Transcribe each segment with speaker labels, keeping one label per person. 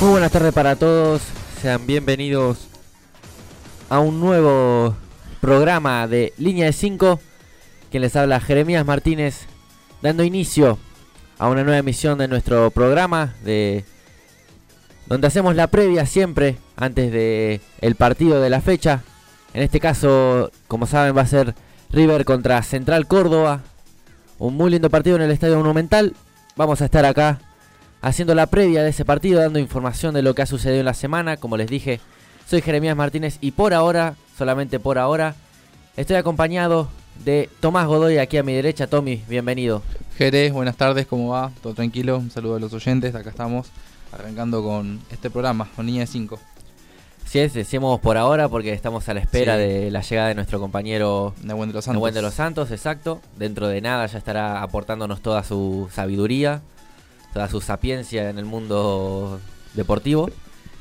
Speaker 1: Muy buenas tardes para todos, sean bienvenidos a un nuevo programa de Línea de 5, quien les habla Jeremías Martínez, dando inicio a una nueva emisión de nuestro programa, de donde hacemos la previa siempre antes de el partido de la fecha. En este caso, como saben, va a ser River contra Central Córdoba, un muy lindo partido en el Estadio Monumental. Vamos a estar acá haciendo la previa de ese partido, dando información de lo que ha sucedido en la semana. Como les dije, soy Jeremías Martínez y por ahora, solamente por ahora, estoy acompañado de Tomás Godoy aquí a mi derecha. Tommy, bienvenido.
Speaker 2: Jerez, buenas tardes, ¿cómo va? ¿Todo tranquilo? Un saludo a los oyentes, acá estamos arrancando con este programa, con Niña de 5.
Speaker 1: Si es, decimos por ahora porque estamos a la espera
Speaker 2: Sí.
Speaker 1: de la llegada de nuestro compañero
Speaker 2: Nahuen de los Santos.
Speaker 1: Buen de los Santos, exacto. Dentro de nada ya estará aportándonos toda su sabiduría, toda su sapiencia en el mundo deportivo.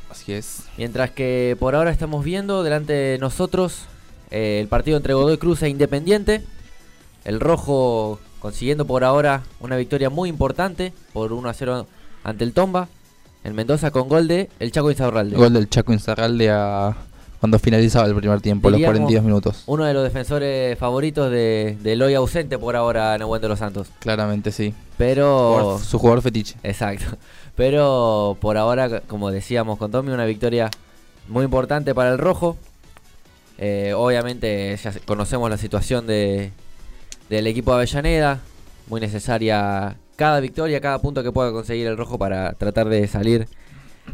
Speaker 2: Así es.
Speaker 1: Mientras que por ahora estamos viendo delante de nosotros eh, el partido entre Godoy Cruz e Independiente. El Rojo consiguiendo por ahora una victoria muy importante por 1 a 0 ante el Tomba. El Mendoza con gol de El Chaco Insaurralde.
Speaker 2: Gol del Chaco Inzarralde a cuando finalizaba el primer tiempo, los
Speaker 1: Diríamos-
Speaker 2: 42 minutos.
Speaker 1: Uno de los defensores favoritos de, del hoy ausente por ahora, Nahuel de los Santos.
Speaker 2: Claramente, sí.
Speaker 1: Pero.
Speaker 2: Jugador- Su jugador fetiche.
Speaker 1: Exacto. Pero por ahora, como decíamos con Tommy, una victoria muy importante para el rojo. Eh, obviamente ya se- conocemos la situación de, del equipo de Avellaneda. Muy necesaria cada victoria, cada punto que pueda conseguir el rojo para tratar de salir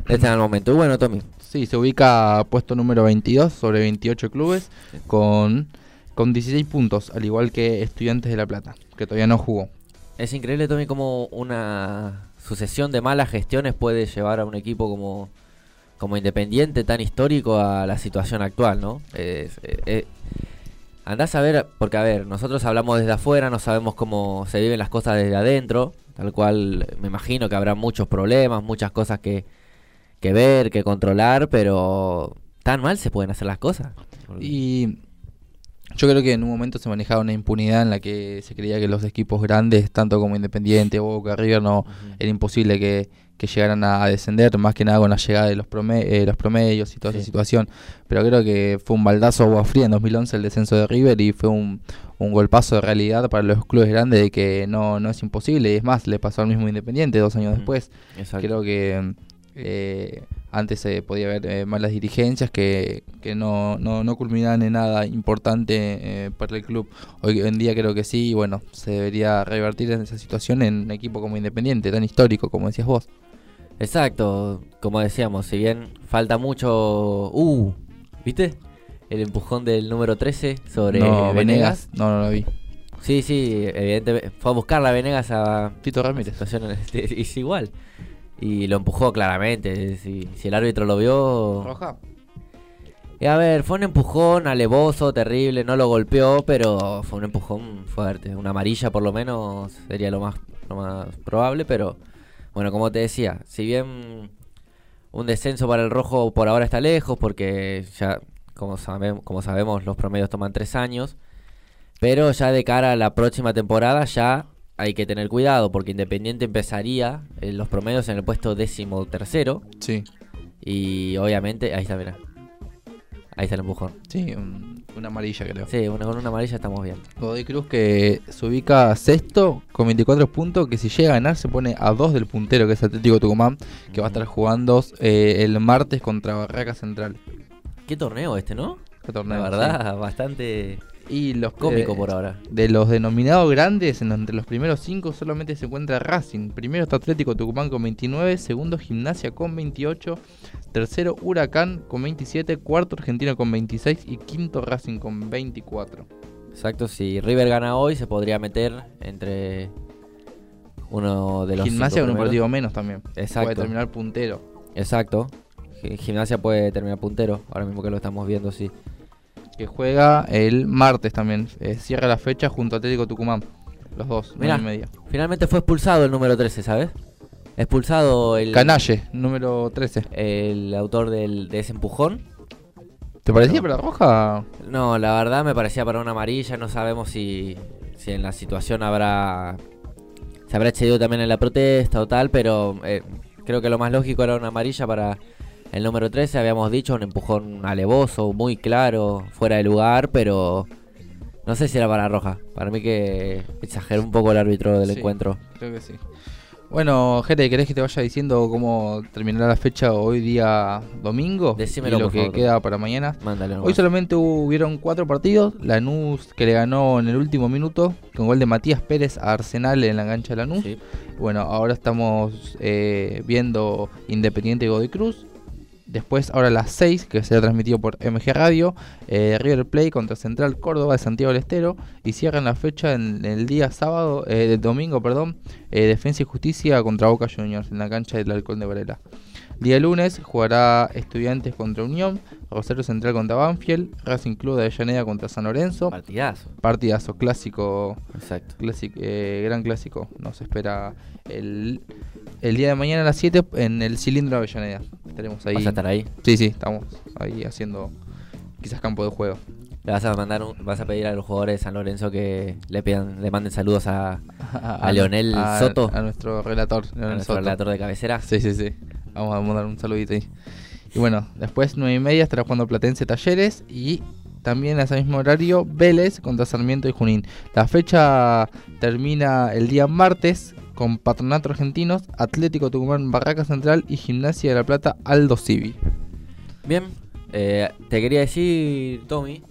Speaker 1: de este mal momento. Y bueno, Tommy,
Speaker 2: Sí, se ubica a puesto número 22 sobre 28 clubes con, con 16 puntos, al igual que Estudiantes de La Plata, que todavía no jugó.
Speaker 1: es increíble, Tommy, cómo una sucesión de malas gestiones puede llevar a un equipo como, como Independiente tan histórico a la situación actual, ¿no? Es- eh, eh, andás a ver, porque a ver, nosotros hablamos desde afuera, no sabemos cómo se viven las cosas desde adentro, tal cual me imagino que habrá muchos problemas, muchas cosas que, que ver, que controlar, pero tan mal se pueden hacer las cosas.
Speaker 2: Y yo creo que en un momento se manejaba una impunidad en la que se creía que los equipos grandes, tanto como Independiente, Boca, River, no,
Speaker 1: Ujú.
Speaker 2: era imposible que, que llegaran a, a descender, más que nada con la llegada de los, prome- eh, los promedios y toda
Speaker 1: Sí.
Speaker 2: esa situación. Pero creo que fue un baldazo a agua fría en 2011 el descenso de River y fue un, un golpazo de realidad para los clubes grandes de que no, no es imposible. Y es más, le pasó al mismo Independiente dos años
Speaker 1: Ujú.
Speaker 2: después.
Speaker 1: Exacto.
Speaker 2: Creo que eh, antes se podía ver eh, malas dirigencias que, que no, no, no culminaban en nada importante eh, para el club. Hoy en día creo que sí, y bueno, se debería revertir en esa situación en un equipo como Independiente, tan histórico como decías vos.
Speaker 1: Exacto, como decíamos, si bien falta mucho... Uh, ¿viste? El empujón del número 13 sobre
Speaker 2: no,
Speaker 1: Venegas.
Speaker 2: Venegas, no, no lo vi.
Speaker 1: Sí, sí, evidentemente. Fue a buscar la Venegas a...
Speaker 2: Tito Ramírez.
Speaker 1: situación en este- es igual. Y lo empujó claramente. Si, si el árbitro lo vio...
Speaker 2: Roja.
Speaker 1: Y a ver, fue un empujón alevoso, terrible, no lo golpeó, pero fue un empujón fuerte. Una amarilla por lo menos sería lo más, lo más probable, pero bueno, como te decía, si bien un descenso para el rojo por ahora está lejos, porque ya, como, sabe- como sabemos, los promedios toman tres años, pero ya de cara a la próxima temporada ya hay que tener cuidado, porque Independiente empezaría eh, los promedios en el puesto décimo tercero.
Speaker 2: Sí,
Speaker 1: Y obviamente, ahí está, mira. Ahí está el empujón.
Speaker 2: sí, un- una amarilla creo.
Speaker 1: Sí, una, con una amarilla estamos bien.
Speaker 2: Godoy Cruz que se ubica sexto con 24 puntos, que si llega a ganar se pone a dos del puntero, que es Atlético Tucumán, que va a estar jugando eh, el martes contra Barraca Central.
Speaker 1: Qué torneo este, ¿no?
Speaker 2: Qué torneo,
Speaker 1: La verdad, bastante
Speaker 2: sí. Y los
Speaker 1: cómico
Speaker 2: eh,
Speaker 1: por ahora.
Speaker 2: De los denominados grandes, en- entre los primeros cinco solamente se encuentra Racing. Primero está Atlético Tucumán con 29, segundo Gimnasia con 28, tercero Huracán con 27, cuarto Argentino con 26 y quinto Racing con 24.
Speaker 1: Exacto, si River gana hoy se podría meter entre uno de los
Speaker 2: Gimnasia
Speaker 1: cinco
Speaker 2: con un
Speaker 1: primeros.
Speaker 2: partido menos también. Puede
Speaker 1: Exacto.
Speaker 2: terminar puntero.
Speaker 1: Exacto. Gi- Gimnasia puede terminar puntero, ahora mismo que lo estamos viendo, sí.
Speaker 2: Que juega el martes también. Eh, cierra la fecha junto a Atlético Tucumán. Los dos,
Speaker 1: Mirá.
Speaker 2: nueve y media.
Speaker 1: Finalmente fue expulsado el número 13, ¿sabes? Expulsado el
Speaker 2: Canalle, número 13.
Speaker 1: el autor del, de ese empujón.
Speaker 2: ¿Te parecía para roja?
Speaker 1: No, la verdad me parecía para una amarilla. No sabemos si, si en la situación habrá. Se habrá excedido también en la protesta o tal, pero eh, creo que lo más lógico era una amarilla para el número 13. Habíamos dicho un empujón alevoso, muy claro, fuera de lugar, pero no sé si era para roja. Para mí que exageró un poco el árbitro del
Speaker 2: Sí.
Speaker 1: encuentro.
Speaker 2: Creo que sí. Bueno, Jere, ¿querés que te vaya diciendo cómo terminará la fecha hoy día domingo?
Speaker 1: Decímelo,
Speaker 2: y lo
Speaker 1: por
Speaker 2: que
Speaker 1: favor.
Speaker 2: queda para mañana.
Speaker 1: Mándale
Speaker 2: Hoy
Speaker 1: nomás.
Speaker 2: solamente hubieron cuatro partidos. Lanús que le ganó en el último minuto con gol de Matías Pérez a Arsenal en la cancha de Lanús.
Speaker 1: Sí.
Speaker 2: Bueno, ahora estamos eh, viendo Independiente Godoy Cruz. Después, ahora a las 6, que será transmitido por MG Radio, eh, River Play contra Central Córdoba de Santiago del Estero. Y cierran la fecha en, el día sábado, eh, del domingo, perdón, eh, Defensa y Justicia contra Boca Juniors en la cancha del Alcohol de Varela. Día lunes jugará Estudiantes contra Unión, Rosario Central contra Banfield, Racing Club de Avellaneda contra San Lorenzo.
Speaker 1: Partidazo.
Speaker 2: Partidazo clásico
Speaker 1: Exacto.
Speaker 2: Clásico, eh, gran clásico. Nos espera el, el día de mañana a las 7 en el cilindro de Avellaneda. Estaremos ahí.
Speaker 1: Vas a estar ahí.
Speaker 2: Sí, sí, estamos ahí haciendo quizás campo de juego.
Speaker 1: Le vas a mandar un- vas a pedir a los jugadores de San Lorenzo que le pidan, le manden saludos a,
Speaker 2: A,
Speaker 1: Leonel Soto.
Speaker 2: A nuestro relator. Leonel
Speaker 1: a nuestro
Speaker 2: Soto.
Speaker 1: relator de cabecera.
Speaker 2: Sí, sí, sí. Vamos a mandar un saludito ahí. Y bueno, después 9 y media estará jugando Platense Talleres y también a ese mismo horario Vélez contra Sarmiento y Junín. La fecha termina el día martes con Patronato Argentinos, Atlético Tucumán Barraca Central y Gimnasia de la Plata Aldo Civi.
Speaker 1: Bien, eh, te quería decir, Tommy,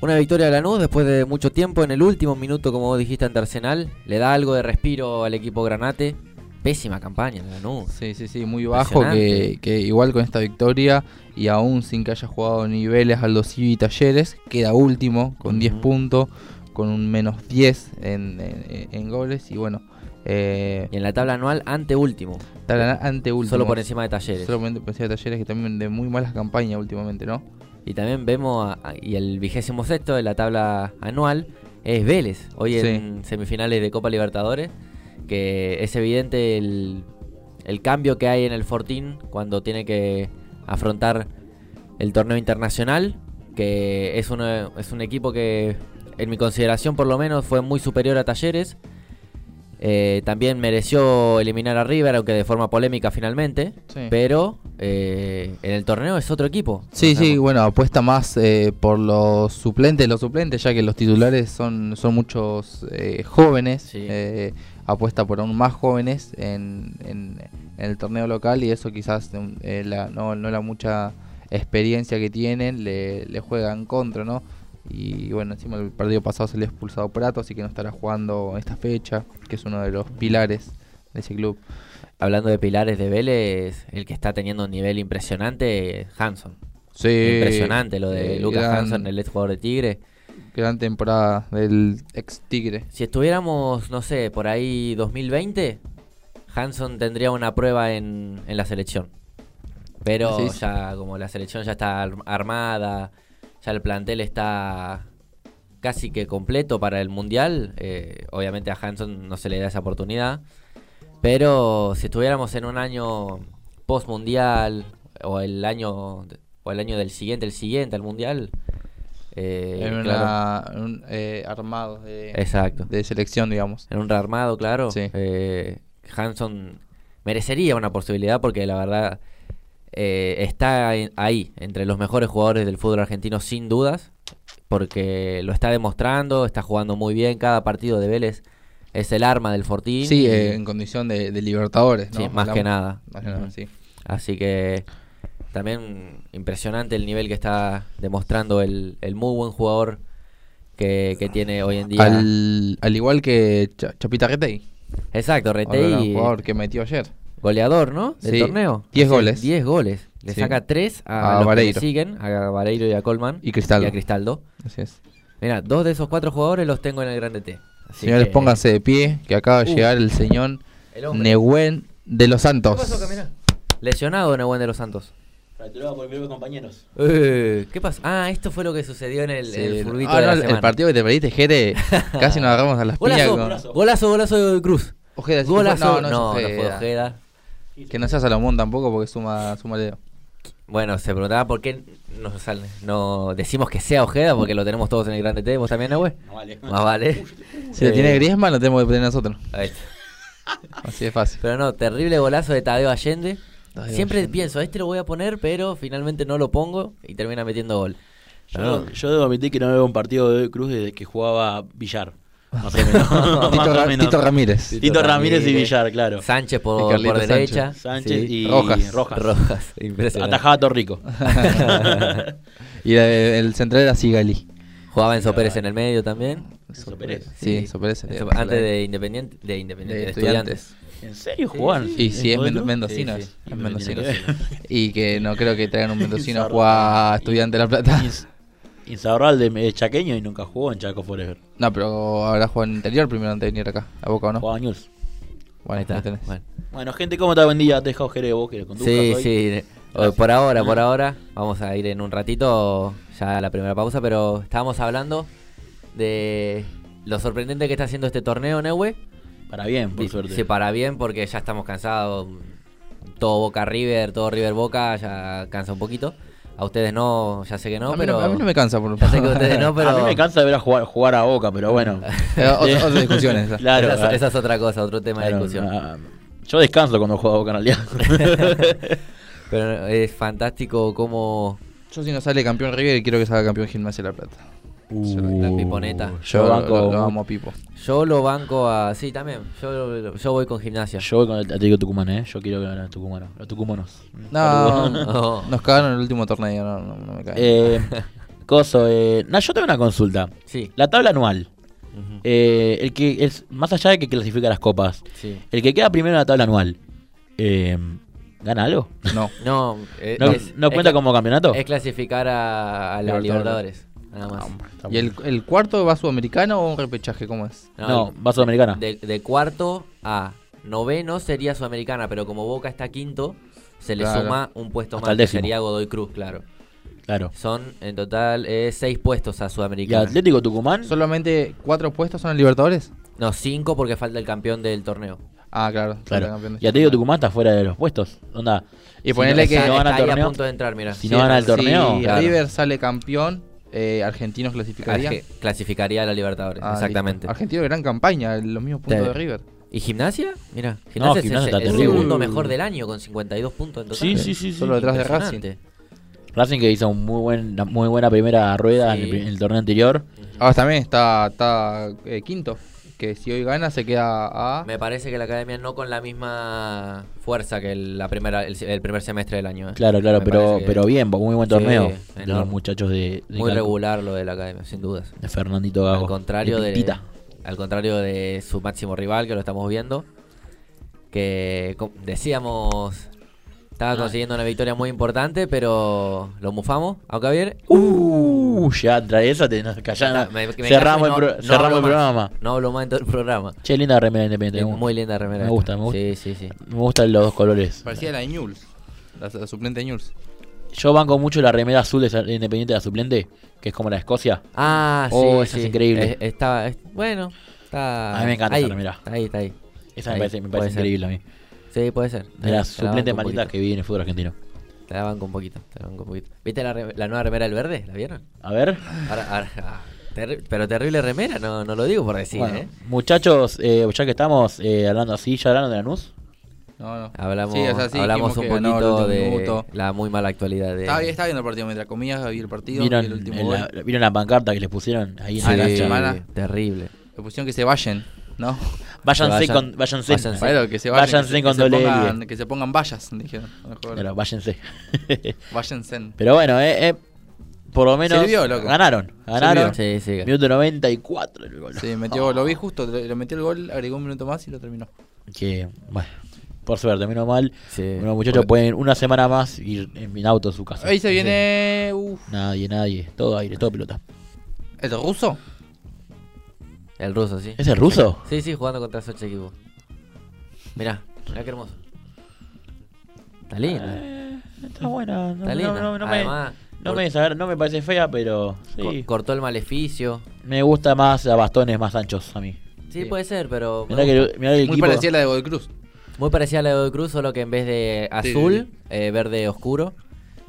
Speaker 1: una victoria de Lanús después de mucho tiempo, en el último minuto, como vos dijiste, ante Arsenal, le da algo de respiro al equipo Granate. Pésima campaña en Lanús.
Speaker 2: Sí, sí, sí, muy bajo que,
Speaker 1: Impresionante.
Speaker 2: que igual con esta victoria y aún sin que haya jugado ni Vélez, Aldo Civi y Talleres, queda último con 10
Speaker 1: Ujú.
Speaker 2: puntos, con un menos 10 en, en- en goles y bueno, eh,
Speaker 1: Y en la tabla anual, anteúltimo,
Speaker 2: estarán ante último.
Speaker 1: solo por encima de Talleres.
Speaker 2: Solamente por encima de Talleres que también de muy malas campañas últimamente, ¿no?
Speaker 1: Y también vemos, a- a- y el vigésimo sexto de la tabla anual es Vélez, hoy en semifinales de Copa Libertadores, que es evidente el, el cambio que hay en el Fortín cuando tiene que afrontar el torneo internacional, que es, uno- es un equipo que en mi consideración por lo menos fue muy superior a Talleres. Eh, también mereció eliminar a River, aunque de forma polémica finalmente.
Speaker 2: Sí.
Speaker 1: Pero eh, en el torneo es otro equipo.
Speaker 2: Sí,
Speaker 1: O sea,
Speaker 2: sí, bueno, apuesta más eh, por los suplentes, los suplentes, ya que los titulares son, son muchos eh, jóvenes,
Speaker 1: Sí.
Speaker 2: eh, apuesta por aún más jóvenes en, en- en el torneo local y eso quizás mm, eh, la- no, no la mucha experiencia que tienen le, le juega en contra, ¿no? Y bueno, encima el partido pasado se le ha expulsado Prato, así que no estará jugando esta fecha, que es uno de los pilares de ese club.
Speaker 1: Hablando de pilares de Vélez, el que está teniendo un nivel impresionante es Hanson.
Speaker 2: Sí,
Speaker 1: Impresionante lo de
Speaker 2: eh,
Speaker 1: Lucas
Speaker 2: gran-
Speaker 1: Hanson, el ex jugador de Tigre.
Speaker 2: Gran temporada del ex Tigre.
Speaker 1: Si estuviéramos, no sé, por ahí 2020, Hanson tendría una prueba en, en la selección. Pero
Speaker 2: Así es.
Speaker 1: ya como la selección ya está ar- armada, ya el plantel está casi que completo para el Mundial, eh, obviamente a Hanson no se le da esa oportunidad. Pero si estuviéramos en un año post mundial o el año o el año del siguiente, el siguiente al mundial, eh,
Speaker 2: en
Speaker 1: claro,
Speaker 2: una, en un, eh, armados de,
Speaker 1: exacto.
Speaker 2: de selección, digamos.
Speaker 1: En un rearmado, claro.
Speaker 2: Sí.
Speaker 1: eh, Hanson merecería una posibilidad porque la verdad eh, está en- ahí, entre los mejores jugadores del fútbol argentino, sin dudas. Porque lo está demostrando, está jugando muy bien. Cada partido de Vélez es el arma del Fortín.
Speaker 2: Sí,
Speaker 1: y-
Speaker 2: eh, en condición de, de libertadores, ¿no?
Speaker 1: sí, más que
Speaker 2: Hablamos-
Speaker 1: nada.
Speaker 2: más que nada,
Speaker 1: Ujú.
Speaker 2: sí.
Speaker 1: Así que también impresionante el nivel que está demostrando el, el muy buen jugador que, que tiene hoy en día.
Speaker 2: Al, al igual que Cha- Chapita Retey,
Speaker 1: Exacto,
Speaker 2: otro
Speaker 1: Retei.
Speaker 2: jugador que metió ayer.
Speaker 1: Goleador, ¿no? Del
Speaker 2: Sí,
Speaker 1: torneo.
Speaker 2: 10
Speaker 1: Hace
Speaker 2: goles.
Speaker 1: 10 goles. Le
Speaker 2: Sí.
Speaker 1: saca 3 a,
Speaker 2: A
Speaker 1: los que le
Speaker 2: Vareiro.
Speaker 1: siguen, a Vareiro y a Colman.
Speaker 2: Y Cristaldo.
Speaker 1: a Cristaldo.
Speaker 2: Así es.
Speaker 1: Mira, dos de esos cuatro jugadores los tengo en el Grande T. Así
Speaker 2: Señores,
Speaker 1: que-
Speaker 2: pónganse de pie, que acaba de
Speaker 1: Uh.
Speaker 2: llegar el señor
Speaker 1: El hombre.
Speaker 2: Nehuen de los Santos.
Speaker 1: Lesionado Nehuen de los Santos.
Speaker 3: Fracturado por el grupo de compañeros.
Speaker 1: Eh, ¿Qué pasa? Ah, esto fue lo que sucedió en el,
Speaker 2: Sí,
Speaker 1: el furbito
Speaker 2: ah,
Speaker 1: de
Speaker 2: no,
Speaker 1: la
Speaker 2: el- el
Speaker 1: semana.
Speaker 2: partido que te perdiste, Jere, casi nos agarramos a las piñas.
Speaker 1: Golazo,
Speaker 2: con-
Speaker 1: golazo, golazo, de Cruz.
Speaker 2: Ojeda, sí,
Speaker 1: Golazo.
Speaker 2: fue- no, no, es
Speaker 1: no fue
Speaker 2: Ojeda.
Speaker 1: Ojeda.
Speaker 2: Que no sea Salomón tampoco porque suma, suma dedo.
Speaker 1: Bueno, se preguntaba por qué no, sal- no decimos que sea Ojeda, porque lo tenemos todos en el grande T. ¿Vos también, Nahue?
Speaker 3: No vale.
Speaker 1: Más vale.
Speaker 2: Si lo
Speaker 1: Eh,
Speaker 2: tiene Griezmann, lo tenemos que tener nosotros.
Speaker 1: ahí está.
Speaker 2: Así de fácil.
Speaker 1: Pero no, terrible golazo de Tadeo Allende.
Speaker 2: Tadeo
Speaker 1: Siempre
Speaker 2: Allende.
Speaker 1: pienso, a este lo voy a poner, pero finalmente no lo pongo y termina metiendo gol.
Speaker 3: Yo, yo debo admitir que no veo un partido de Cruz desde que jugaba Villar. Más o menos. Más
Speaker 2: Tito,
Speaker 3: o
Speaker 2: Ra-
Speaker 3: menos.
Speaker 2: Tito Ramírez.
Speaker 3: Tito Ramírez y Villar, claro.
Speaker 1: Sánchez
Speaker 2: Y
Speaker 1: por,
Speaker 2: Carlitos
Speaker 1: por derecha.
Speaker 2: Sánchez.
Speaker 3: Sánchez
Speaker 1: Sí.
Speaker 3: y
Speaker 2: Rojas.
Speaker 3: Rojas.
Speaker 1: Rojas. Impresionante.
Speaker 3: Atajaba a Torrico.
Speaker 2: y eh, el central era Sigali.
Speaker 1: Jugaba Enzo Pérez en el medio también.
Speaker 3: Enzo Pérez.
Speaker 2: Sí, Enzo Pérez.
Speaker 1: Enzo-
Speaker 2: era
Speaker 1: antes
Speaker 2: de-
Speaker 1: de Independiente, de Independiente,
Speaker 2: de
Speaker 1: de Estudiantes.
Speaker 2: estudiantes.
Speaker 3: ¿En serio jugaban?
Speaker 2: Y sí, es men- mendocino.
Speaker 1: Sí,
Speaker 2: es-
Speaker 1: sí.
Speaker 2: es mendocino.
Speaker 3: Mendocino.
Speaker 2: Y que no creo que traigan un mendocino a
Speaker 3: Insarrable.
Speaker 2: jugar a Estudiante de La Plata.
Speaker 3: Insaurralde es chaqueño y nunca jugó en Chaco Forever.
Speaker 2: No, pero habrá jugado en interior primero antes de venir acá. A Boca o no.
Speaker 3: Jugaba en Newell's.
Speaker 1: Ahí
Speaker 2: Bueno,
Speaker 1: está,
Speaker 2: ahí tenés.
Speaker 1: bueno.
Speaker 3: Bueno, gente, ¿cómo te buen día? Te dejo Jerez vos que lo conduzcas
Speaker 1: Sí,
Speaker 3: hoy.
Speaker 1: sí. Hoy Por ahora, por ahora. Vamos a ir en un ratito ya a la primera pausa, pero estábamos hablando de lo sorprendente que está haciendo este torneo, Neue.
Speaker 3: Para bien, por
Speaker 1: Y-
Speaker 3: suerte.
Speaker 1: Se para bien porque ya estamos cansados. Todo Boca River, todo River Boca, ya cansa un poquito. A ustedes no, ya sé que no,
Speaker 2: a, mí
Speaker 1: pero.
Speaker 2: no, a mí no me cansa por
Speaker 1: Ya sé que ustedes no, pero.
Speaker 3: A mí me cansa de ver a jugar, jugar a Boca, pero bueno.
Speaker 2: Otra- Eh, Otras discusiones. esa.
Speaker 3: Claro,
Speaker 1: esa, es-
Speaker 3: ah,
Speaker 1: esa es otra cosa, otro tema
Speaker 3: claro,
Speaker 1: de discusión.
Speaker 3: ah, yo descanso cuando juego a Boca en realidad.
Speaker 1: Pero es fantástico cómo.
Speaker 2: Yo si no sale campeón River quiero que salga campeón Gimnasia de La Plata.
Speaker 1: la piponeta.
Speaker 3: Yo
Speaker 2: lo-
Speaker 3: banco.
Speaker 2: Uh, lo, lo amo a Pipo.
Speaker 1: Yo lo banco a. Sí, también. Yo, yo voy con gimnasia.
Speaker 3: Yo voy con el Atlético Tucumán, ¿eh? Yo quiero que ganen los tucumanos. Los tucumanos.
Speaker 2: No,
Speaker 1: No.
Speaker 2: nos cagaron el último torneo, no, no, no me cae.
Speaker 3: Eh, coso, eh. Nah, yo tengo una consulta.
Speaker 1: Sí.
Speaker 3: La tabla anual.
Speaker 1: Ujú.
Speaker 3: eh, el que es más allá de que clasifica las copas,
Speaker 1: Sí.
Speaker 3: el que queda primero en la tabla anual, eh, ¿gana algo?
Speaker 2: No.
Speaker 1: No, eh,
Speaker 3: ¿No,
Speaker 1: es-
Speaker 3: no
Speaker 1: es
Speaker 3: cuenta
Speaker 1: cla-
Speaker 3: como campeonato?
Speaker 1: Es clasificar a, a la
Speaker 2: Libertadores.
Speaker 1: Libertadores. Nada más.
Speaker 3: No,
Speaker 2: ¿Y el, el cuarto va sudamericano o un repechaje? ¿Cómo es?
Speaker 3: no, va Sudamericana.
Speaker 1: De, de cuarto a noveno sería Sudamericana, pero como Boca está quinto, se le
Speaker 2: Claro.
Speaker 1: suma un puesto
Speaker 3: Hasta
Speaker 1: más.
Speaker 3: el
Speaker 1: que
Speaker 3: décimo.
Speaker 1: sería Godoy Cruz, claro.
Speaker 3: claro.
Speaker 1: Son en total eh, seis puestos a
Speaker 3: ¿Y
Speaker 1: Sudamericana.
Speaker 3: Atlético Tucumán?
Speaker 2: ¿Solamente cuatro puestos son en Libertadores?
Speaker 1: No, cinco porque falta el campeón del torneo.
Speaker 2: Ah, claro.
Speaker 3: Claro.
Speaker 2: campeón de-
Speaker 3: Y Atlético Tucumán está fuera de los puestos. Onda.
Speaker 2: Y ponele
Speaker 3: no-
Speaker 2: que-
Speaker 1: Está-
Speaker 3: si no gana
Speaker 1: está ahí
Speaker 3: torneo-
Speaker 1: a punto de entrar, mira.
Speaker 3: Si no gana el torneo,
Speaker 2: Si
Speaker 3: claro.
Speaker 2: River sale campeón, eh, Argentinos clasificaría.
Speaker 1: Arge- clasificaría a la Libertadores,
Speaker 2: Ah,
Speaker 1: exactamente.
Speaker 2: listo. Argentinos gran campaña, los mismos puntos
Speaker 1: Sí.
Speaker 2: de River.
Speaker 1: ¿Y gimnasia? Mira, gimnasia, es
Speaker 3: Gimnasia
Speaker 1: el,
Speaker 3: está
Speaker 1: el
Speaker 3: terrible.
Speaker 1: segundo mejor del año con 52 puntos en total.
Speaker 3: Sí, sí, sí, sí.
Speaker 2: Solo detrás de Racing.
Speaker 1: Impresionante.
Speaker 3: Racing que hizo un muy buen, una muy buena primera rueda
Speaker 1: Sí.
Speaker 3: en, el, pri- en el torneo anterior.
Speaker 2: Ahora Ah, también está, está eh, quinto, que si hoy gana se queda a...
Speaker 1: Me parece que la academia no con la misma fuerza que el, la primera, el, el primer semestre del año. ¿eh?
Speaker 3: Claro, claro,
Speaker 1: Me
Speaker 3: pero,
Speaker 1: parece que
Speaker 3: pero bien, muy buen
Speaker 1: Sí,
Speaker 3: torneo. de los
Speaker 1: enorme.
Speaker 3: muchachos de, de
Speaker 1: Muy
Speaker 3: Calcu-
Speaker 1: regular lo de la academia, sin dudas.
Speaker 3: de Fernandito Gago.
Speaker 1: Al contrario
Speaker 3: de
Speaker 1: de,
Speaker 3: Pitita.
Speaker 1: al contrario de su máximo rival, que lo estamos viendo, que co- decíamos
Speaker 3: Ah.
Speaker 1: estaba consiguiendo una victoria muy importante, pero lo mufamos a Javier.
Speaker 3: Uh, ya trae esa, te, nos callan.
Speaker 1: Me- me callo y
Speaker 3: cerramos
Speaker 1: no-
Speaker 3: el, pro-
Speaker 1: no
Speaker 3: cerramos
Speaker 1: hablo
Speaker 3: el
Speaker 1: más.
Speaker 3: programa.
Speaker 1: No hablo más en todo el programa.
Speaker 3: Che, linda remera independiente. me-
Speaker 1: Muy linda remera.
Speaker 3: Me
Speaker 1: esta.
Speaker 3: gusta, me gusta.
Speaker 1: Sí, sí, sí.
Speaker 3: Me gustan los dos colores.
Speaker 2: Parecía la de Newell's, la, la suplente de Newell's.
Speaker 3: Yo banco mucho la remera azul de, esa- de Independiente de la suplente, que es como la de Escocia.
Speaker 1: Ah,
Speaker 3: Oh,
Speaker 1: sí,
Speaker 3: esa es
Speaker 1: sí.
Speaker 3: increíble.
Speaker 1: Eh, está, es- bueno, está.
Speaker 3: A mí me encanta
Speaker 1: ahí,
Speaker 3: esa remera.
Speaker 1: Está ahí, está ahí.
Speaker 3: Esa
Speaker 1: Ahí,
Speaker 3: me parece, me
Speaker 1: puede
Speaker 3: parece
Speaker 1: ser.
Speaker 3: increíble a mí.
Speaker 1: Sí, puede ser.
Speaker 3: De las
Speaker 1: Te la
Speaker 3: suplentes
Speaker 1: banco un
Speaker 3: malditas que
Speaker 1: poquito.
Speaker 3: vi en el fútbol argentino.
Speaker 1: Te la banco un poquito, te la banco un poquito. ¿Viste la, re- la nueva remera del verde? ¿La vieron?
Speaker 3: A ver.
Speaker 1: Ahora- ahora- ah, terri- pero terrible remera, no, no lo digo por decir,
Speaker 3: Bueno,
Speaker 1: ¿eh?
Speaker 3: Muchachos, eh, ya que estamos eh, hablando así, ya hablaron de Lanús.
Speaker 2: No, no.
Speaker 1: Hablamos,
Speaker 2: Sí, o sea, sí,
Speaker 1: hablamos
Speaker 2: dijimos
Speaker 1: un
Speaker 2: que ganó el
Speaker 1: poquito
Speaker 2: último
Speaker 1: de
Speaker 2: minuto.
Speaker 1: la muy mala actualidad de...
Speaker 2: Estaba, estaba viendo el partido mientras comías, vi el partido, vi
Speaker 3: ¿Vieron,
Speaker 2: el último
Speaker 3: en
Speaker 2: gol.
Speaker 3: la, ¿Vieron la pancarta que les pusieron ahí en
Speaker 2: Sí.
Speaker 3: la
Speaker 1: Sí,
Speaker 3: cancha?
Speaker 2: semana.
Speaker 1: terrible.
Speaker 2: Le pusieron que se vayan, ¿no?
Speaker 3: Váyanse,
Speaker 1: Vayan-
Speaker 3: con, váyanse,
Speaker 1: váyanse.
Speaker 2: Bueno, que se vayan.
Speaker 3: Váyanse
Speaker 2: que se-
Speaker 3: con
Speaker 2: que se
Speaker 3: doble
Speaker 2: pongan-
Speaker 3: L.
Speaker 2: Que se pongan vallas, dijeron. a los jugadores.
Speaker 3: Pero váyanse.
Speaker 2: Váyanse.
Speaker 3: Pero bueno, eh, eh, por lo menos
Speaker 2: Sirvió, loco.
Speaker 3: ganaron. Ganaron.
Speaker 1: Sí, sí.
Speaker 3: Minuto 94 el gol.
Speaker 2: Sí, metió, lo vi justo, le le metió el gol, agregó un minuto más y lo terminó.
Speaker 3: Que, bueno, por suerte, menos mal.
Speaker 1: sí.
Speaker 3: Bueno, muchachos, pueden una semana más ir en en auto a su casa.
Speaker 2: Ahí se viene. uf,
Speaker 3: Nadie, nadie. Todo aire, todo pelota.
Speaker 2: ¿El ruso?
Speaker 1: El ruso, sí.
Speaker 3: ¿Ese es ruso?
Speaker 1: Sí, sí, jugando contra esos equipos. Mirá, mirá qué hermoso. Está linda.
Speaker 3: Eh, Está buena. No,
Speaker 1: Está linda.
Speaker 3: no- no- no me,
Speaker 1: Además,
Speaker 3: no
Speaker 1: cor-
Speaker 3: me desagra- no me parece fea, pero
Speaker 1: cor-
Speaker 3: sí.
Speaker 1: cortó el maleficio.
Speaker 3: me gusta más a bastones más anchos a mí.
Speaker 1: Sí,
Speaker 2: Sí.
Speaker 1: puede ser, pero me
Speaker 3: Mirá que, lo- mirá que el
Speaker 2: Muy
Speaker 3: equipo-
Speaker 2: parecida a la de Godoy Cruz.
Speaker 1: Muy parecida a la de Godoy Cruz, solo que en vez de
Speaker 2: Sí,
Speaker 1: azul,
Speaker 2: sí,
Speaker 1: eh, verde oscuro.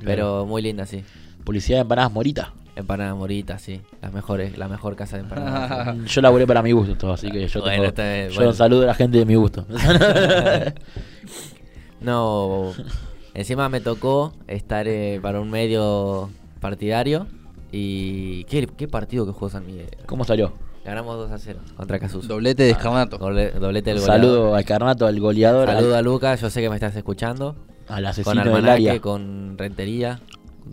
Speaker 1: Pero muy linda, sí.
Speaker 3: Publicidad de empanadas morita.
Speaker 1: Empanadas moritas, sí. Las mejores, la mejor casa de empanadas. sí.
Speaker 3: Yo laburé para mi gusto, todo, así que yo,
Speaker 1: Ah. Bueno,
Speaker 3: tengo-
Speaker 1: está bien,
Speaker 3: yo
Speaker 1: bueno.
Speaker 3: saludo a la gente de mi gusto.
Speaker 1: No, encima me tocó estar eh, para un medio partidario. ¿Y qué, qué partido que jugó San Miguel?
Speaker 3: ¿Cómo salió?
Speaker 1: Ganamos 2 a 0 contra Casuso.
Speaker 2: Doblete
Speaker 3: Ah,
Speaker 2: de escamato.
Speaker 1: Doble- doblete del
Speaker 3: Saludo al Carnato, al goleador,
Speaker 1: goleador. Saludo
Speaker 3: al,
Speaker 1: a Lucas, yo sé que me estás escuchando.
Speaker 3: al
Speaker 1: Con
Speaker 3: asesino del
Speaker 1: Almanaque,
Speaker 3: área.
Speaker 1: con Rentería,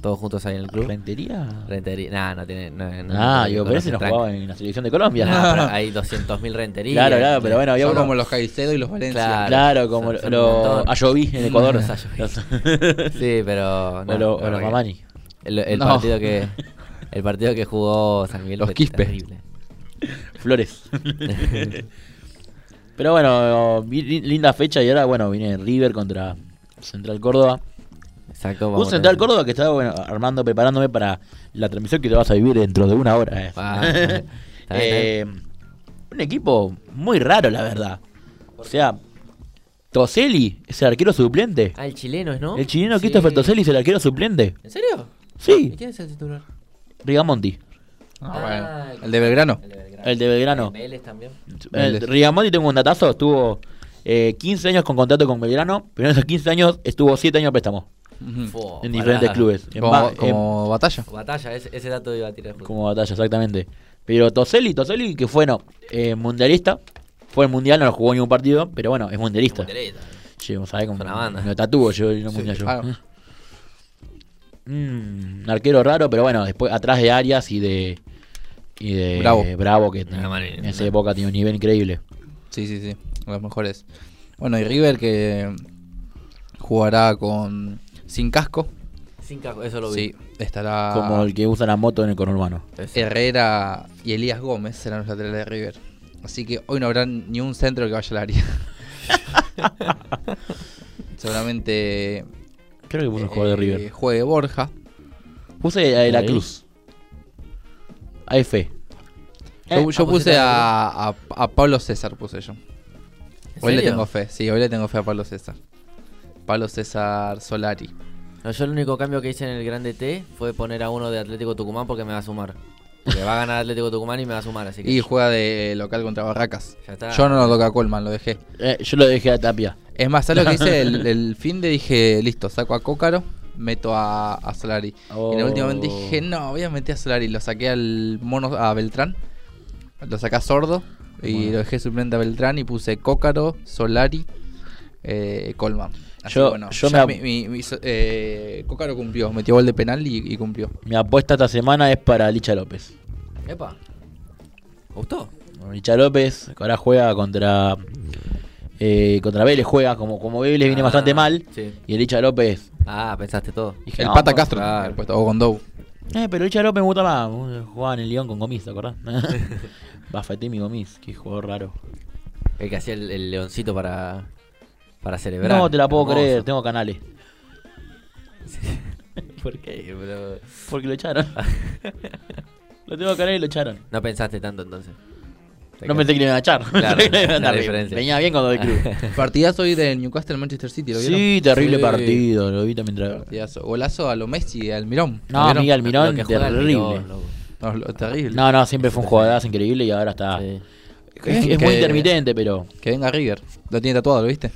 Speaker 1: todos juntos ahí en el club.
Speaker 3: ¿Rentería?
Speaker 1: Rentería, nah, no tiene. No, no-
Speaker 3: Ah,
Speaker 1: no
Speaker 3: yo pero ese no
Speaker 1: conocen
Speaker 3: jugaba
Speaker 1: tranca.
Speaker 3: en la selección de Colombia.
Speaker 1: Nah, pero hay 200.000 renterías.
Speaker 3: Claro, claro, pero bueno, había
Speaker 2: Son
Speaker 3: uno
Speaker 2: como los Caicedo y los Valencia.
Speaker 1: Claro,
Speaker 3: Claro, como
Speaker 1: son- son un
Speaker 3: los
Speaker 1: montón. Ah,
Speaker 3: Ayoví en Ecuador.
Speaker 1: Los Ayoví.
Speaker 3: Los-
Speaker 1: Sí, pero. no,
Speaker 3: o lo-
Speaker 1: la
Speaker 3: o
Speaker 1: verdad
Speaker 3: los
Speaker 1: que-
Speaker 3: Mamani.
Speaker 1: El, el
Speaker 2: No.
Speaker 1: partido que. El partido que jugó San Miguel
Speaker 2: Los
Speaker 1: fue
Speaker 2: Quispe.
Speaker 1: terrible.
Speaker 3: Flores. Pero bueno, vi- li- linda fecha y ahora, bueno, viene River contra Central Córdoba.
Speaker 1: Exacto.
Speaker 3: Un
Speaker 1: vamos a
Speaker 3: Central
Speaker 1: tener-
Speaker 3: Córdoba que estaba bueno, armando, preparándome para la transmisión que te vas a vivir dentro de una hora. eh.
Speaker 1: Ah, está bien, está bien.
Speaker 3: Eh, un equipo muy raro, la verdad. O sea, Toselli es el arquero suplente.
Speaker 1: Ah, el chileno es, ¿no?
Speaker 3: El chileno
Speaker 1: Sí.
Speaker 3: Christopher Toselli es el arquero suplente.
Speaker 1: ¿En serio? ¿Y
Speaker 3: Sí,
Speaker 1: quién es el titular?
Speaker 3: Rigamonti.
Speaker 2: Ah,
Speaker 1: Ah,
Speaker 2: bueno. El de Belgrano.
Speaker 1: El de Belgrano.
Speaker 3: El de Belgrano.
Speaker 1: Vélez también.
Speaker 3: Eh, Rigamonti tengo un datazo, estuvo eh, 15 años con contrato con Belgrano, pero en esos 15 años estuvo 7 años de préstamo
Speaker 1: Fua,
Speaker 2: Ujú.
Speaker 3: Mm, en
Speaker 1: pará.
Speaker 3: diferentes clubes. En ba-
Speaker 2: Como,
Speaker 3: en-
Speaker 2: como batalla.
Speaker 1: Batalla, ese, ese dato iba a tirar. justo.
Speaker 3: como batalla, exactamente. Pero Toselli, Toselli que fue no, eh, mundialista, fue el mundial, no jugó ni un partido, pero bueno, es mundialista.
Speaker 1: Monterrey,
Speaker 3: Che, vos sabés cómo-
Speaker 1: Es una banda.
Speaker 3: Me lo tatúo yo y no mundial yo.
Speaker 2: claro.
Speaker 3: Mm, un arquero raro, pero bueno, después atrás de Arias y de y de
Speaker 2: Bravo.
Speaker 3: Bravo, que
Speaker 1: Nada mal,
Speaker 3: en
Speaker 1: nada.
Speaker 3: esa época tenía un nivel increíble.
Speaker 2: Sí, sí, sí. Los mejores. Bueno, y River que jugará con sin casco.
Speaker 1: Sin casco, eso lo vi.
Speaker 2: Sí, Eh, estará
Speaker 3: Como el que usa la moto en el conurbano.
Speaker 1: Ese.
Speaker 2: Herrera y Elías Gómez serán los laterales de River. Así que hoy no habrá ni un centro que vaya al área. Seguramente
Speaker 3: Creo que puse un
Speaker 2: eh,
Speaker 3: jugador de River.
Speaker 2: juegue Borja.
Speaker 3: Puse a De la
Speaker 1: ahí.
Speaker 3: Cruz. AF.
Speaker 2: Yo, yo
Speaker 1: ah, pusiste
Speaker 2: puse
Speaker 1: a-
Speaker 2: a, a, a Pablo César, puse yo.
Speaker 1: ¿En
Speaker 2: Hoy le
Speaker 1: serio?
Speaker 2: tengo fe, sí, hoy le tengo fe a Pablo César. Pablo César Solari.
Speaker 1: No, yo el único cambio que hice en el Grande T fue poner a uno de Atlético Tucumán porque me va a sumar. Porque va a ganar Atlético Tucumán y me va a sumar, así que.
Speaker 2: Y juega de local contra Barracas.
Speaker 1: Ya está.
Speaker 2: Yo no lo toca a Colman, lo dejé.
Speaker 3: Eh, yo lo dejé a Tapia.
Speaker 2: Es más, ¿sabes lo que hice? El, el fin de dije, listo, saco a Cócaro, meto a, a Solari. Y en el último momento
Speaker 3: Oh.
Speaker 2: dije, no, voy a meter a Solari. Lo saqué al mono, a Beltrán. Lo saqué a Sordo. Y
Speaker 3: Bueno.
Speaker 2: lo dejé suplente a Beltrán y puse Cócaro, Solari, eh, Colman. Así
Speaker 3: Yo-
Speaker 2: que bueno,
Speaker 3: yo
Speaker 2: ya
Speaker 3: me
Speaker 2: mi-
Speaker 3: ab-
Speaker 2: mi- mi so- eh, Cócaro cumplió, metió gol de penal y, y cumplió.
Speaker 3: Mi apuesta esta semana es para Licha López.
Speaker 1: Epa. ¿Gustó?
Speaker 3: Licha López, que ahora juega contra. eh, contra Vélez juega, como, como Vélez viene
Speaker 1: Ah,
Speaker 3: bastante mal.
Speaker 1: sí.
Speaker 3: Y el Licha López.
Speaker 1: Ah, pensaste todo.
Speaker 3: dije,
Speaker 2: el
Speaker 3: no,
Speaker 2: Pata
Speaker 3: vamos-
Speaker 2: Castro,
Speaker 1: claro.
Speaker 2: el puesto, o Gondou.
Speaker 3: Eh, pero Licha López me gusta más. Jugaba en el León con Gomis, ¿te acordás? Bafetim y Gomis, qué jugador raro.
Speaker 1: El que hacía el, el leoncito para. Para celebrar.
Speaker 3: No te la puedo
Speaker 1: Hermoso.
Speaker 3: creer, tengo canales. ¿Por qué?
Speaker 1: Eh, pero
Speaker 3: Porque lo echaron. lo tengo canales y lo echaron.
Speaker 1: No pensaste tanto entonces. Te
Speaker 3: No
Speaker 1: quedaste-
Speaker 3: pensé que le iban a echar.
Speaker 1: Claro,
Speaker 3: Le iban a
Speaker 1: la
Speaker 3: andar bien.
Speaker 1: diferencia.
Speaker 3: Venía bien cuando el club.
Speaker 2: Partidazo hoy del Newcastle Manchester City, ¿lo vieron?
Speaker 3: sí, terrible
Speaker 1: Sí.
Speaker 3: partido, lo vi también. tra-
Speaker 2: Partidazo. Golazo a lo Messi, al Mirón.
Speaker 3: No,
Speaker 2: Almirón.
Speaker 3: Miguel
Speaker 1: Lo
Speaker 3: Almirón,
Speaker 1: que juega el
Speaker 3: terrible.
Speaker 1: Mirón, loco.
Speaker 2: No, lo- terrible.
Speaker 3: No, no, siempre fue un jugadorazo increíble y ahora está.
Speaker 1: Sí.
Speaker 3: Es, es muy
Speaker 2: Que-
Speaker 3: intermitente, pero.
Speaker 2: Que venga River. Lo tiene tatuado, ¿lo viste?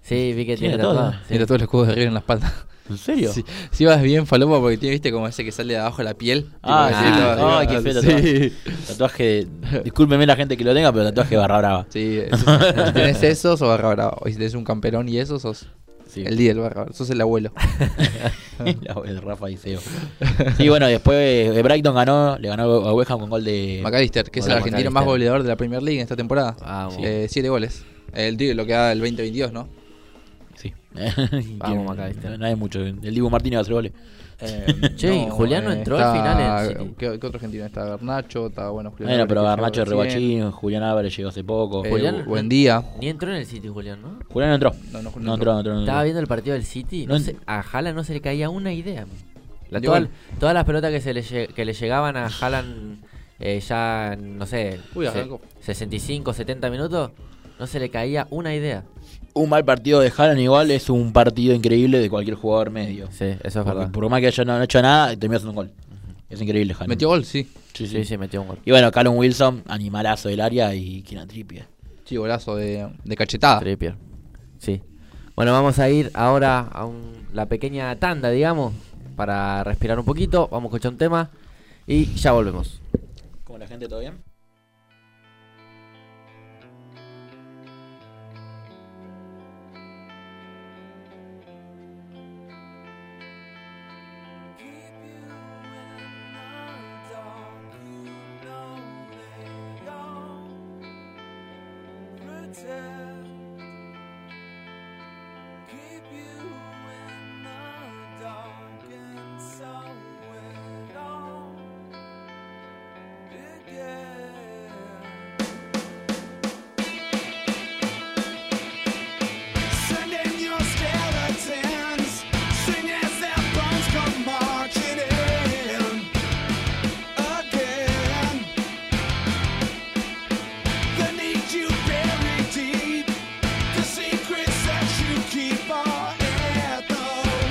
Speaker 1: Sí, vi que
Speaker 3: Tiene
Speaker 1: tiene
Speaker 3: todo.
Speaker 1: tatuado. Sí.
Speaker 2: Tiene tatuado el escudo de River en la espalda.
Speaker 3: ¿En serio?
Speaker 2: Si sí, vas bien falopa porque tiene, viste, como ese que sale de abajo de la piel.
Speaker 3: Ah,
Speaker 2: Tipo,
Speaker 1: sí.
Speaker 2: ese todo
Speaker 3: Ay,
Speaker 2: arriba.
Speaker 3: qué feo
Speaker 2: Sí,
Speaker 3: Tatuaje. Discúlpeme la gente que lo tenga, pero tatuaje barra brava.
Speaker 2: sí. es- si tenés esos o barra brava. O si tenés un camperón y esos, sos
Speaker 3: Sí.
Speaker 2: el líder barra brava. Sos el abuelo.
Speaker 3: La voz de Rafa Iseo. Sí, bueno, después eh, Brighton ganó, le ganó a West Ham con gol de.
Speaker 2: McAllister, que es el
Speaker 1: Hola,
Speaker 2: argentino
Speaker 1: McAllister.
Speaker 2: más goleador de la Premier League en esta temporada.
Speaker 3: Ah,
Speaker 1: Vamos.
Speaker 2: Eh, siete goles. El tío, lo que da el 2022, ¿no?
Speaker 3: Sí. Tiene-
Speaker 1: Vamos, McAllister.
Speaker 3: No, no hay mucho. El Dibu Martínez va a hacer goles.
Speaker 1: Che, ¿y Juliano entró al final en
Speaker 2: eh, está-
Speaker 1: City?
Speaker 2: ¿qué, qué otro argentino está? Garnacho, está bueno. Julián
Speaker 3: Bueno,
Speaker 2: Álvarez,
Speaker 3: pero
Speaker 2: que
Speaker 3: Garnacho de
Speaker 2: llegó recién.
Speaker 3: Rebachín, Julián Álvarez llegó hace poco.
Speaker 2: Eh,
Speaker 1: Julián-
Speaker 2: Bu- buen día.
Speaker 1: Ni entró en el City, Julián, ¿no?
Speaker 3: Julián no entró.
Speaker 2: No, no, Julián
Speaker 3: No entró, no entró. no entró.
Speaker 1: Estaba viendo el partido del City. No
Speaker 3: No
Speaker 1: sé, a Haaland no se le caía una idea. La-
Speaker 2: Ni
Speaker 1: toda-
Speaker 2: gol.
Speaker 1: todas las pelotas que, se le, lle- que le llegaban a Haaland eh, ya, no sé,
Speaker 2: Uy,
Speaker 1: se-
Speaker 2: arrancó.
Speaker 1: 65, 70 minutos, No se le caía una idea.
Speaker 3: Un mal partido de Haaland igual es un partido increíble de cualquier jugador medio.
Speaker 1: Sí, eso es
Speaker 3: Porque
Speaker 1: verdad.
Speaker 3: por más que haya no, no hecho nada, terminó haciendo un gol. Es increíble, Haaland.
Speaker 2: Metió gol, sí.
Speaker 3: Sí, sí.
Speaker 1: Sí, sí, metió un gol.
Speaker 3: Y bueno, Callum Wilson, animalazo del área y Kina Trippier.
Speaker 2: Sí, golazo de, de cachetada.
Speaker 1: Trippier. Sí. Ah. Bueno, vamos a ir ahora a un- la pequeña tanda, digamos, para respirar un poquito. Vamos a escuchar un tema y ya volvemos.
Speaker 3: ¿Cómo la gente? ¿Todo bien?
Speaker 4: Keep on at the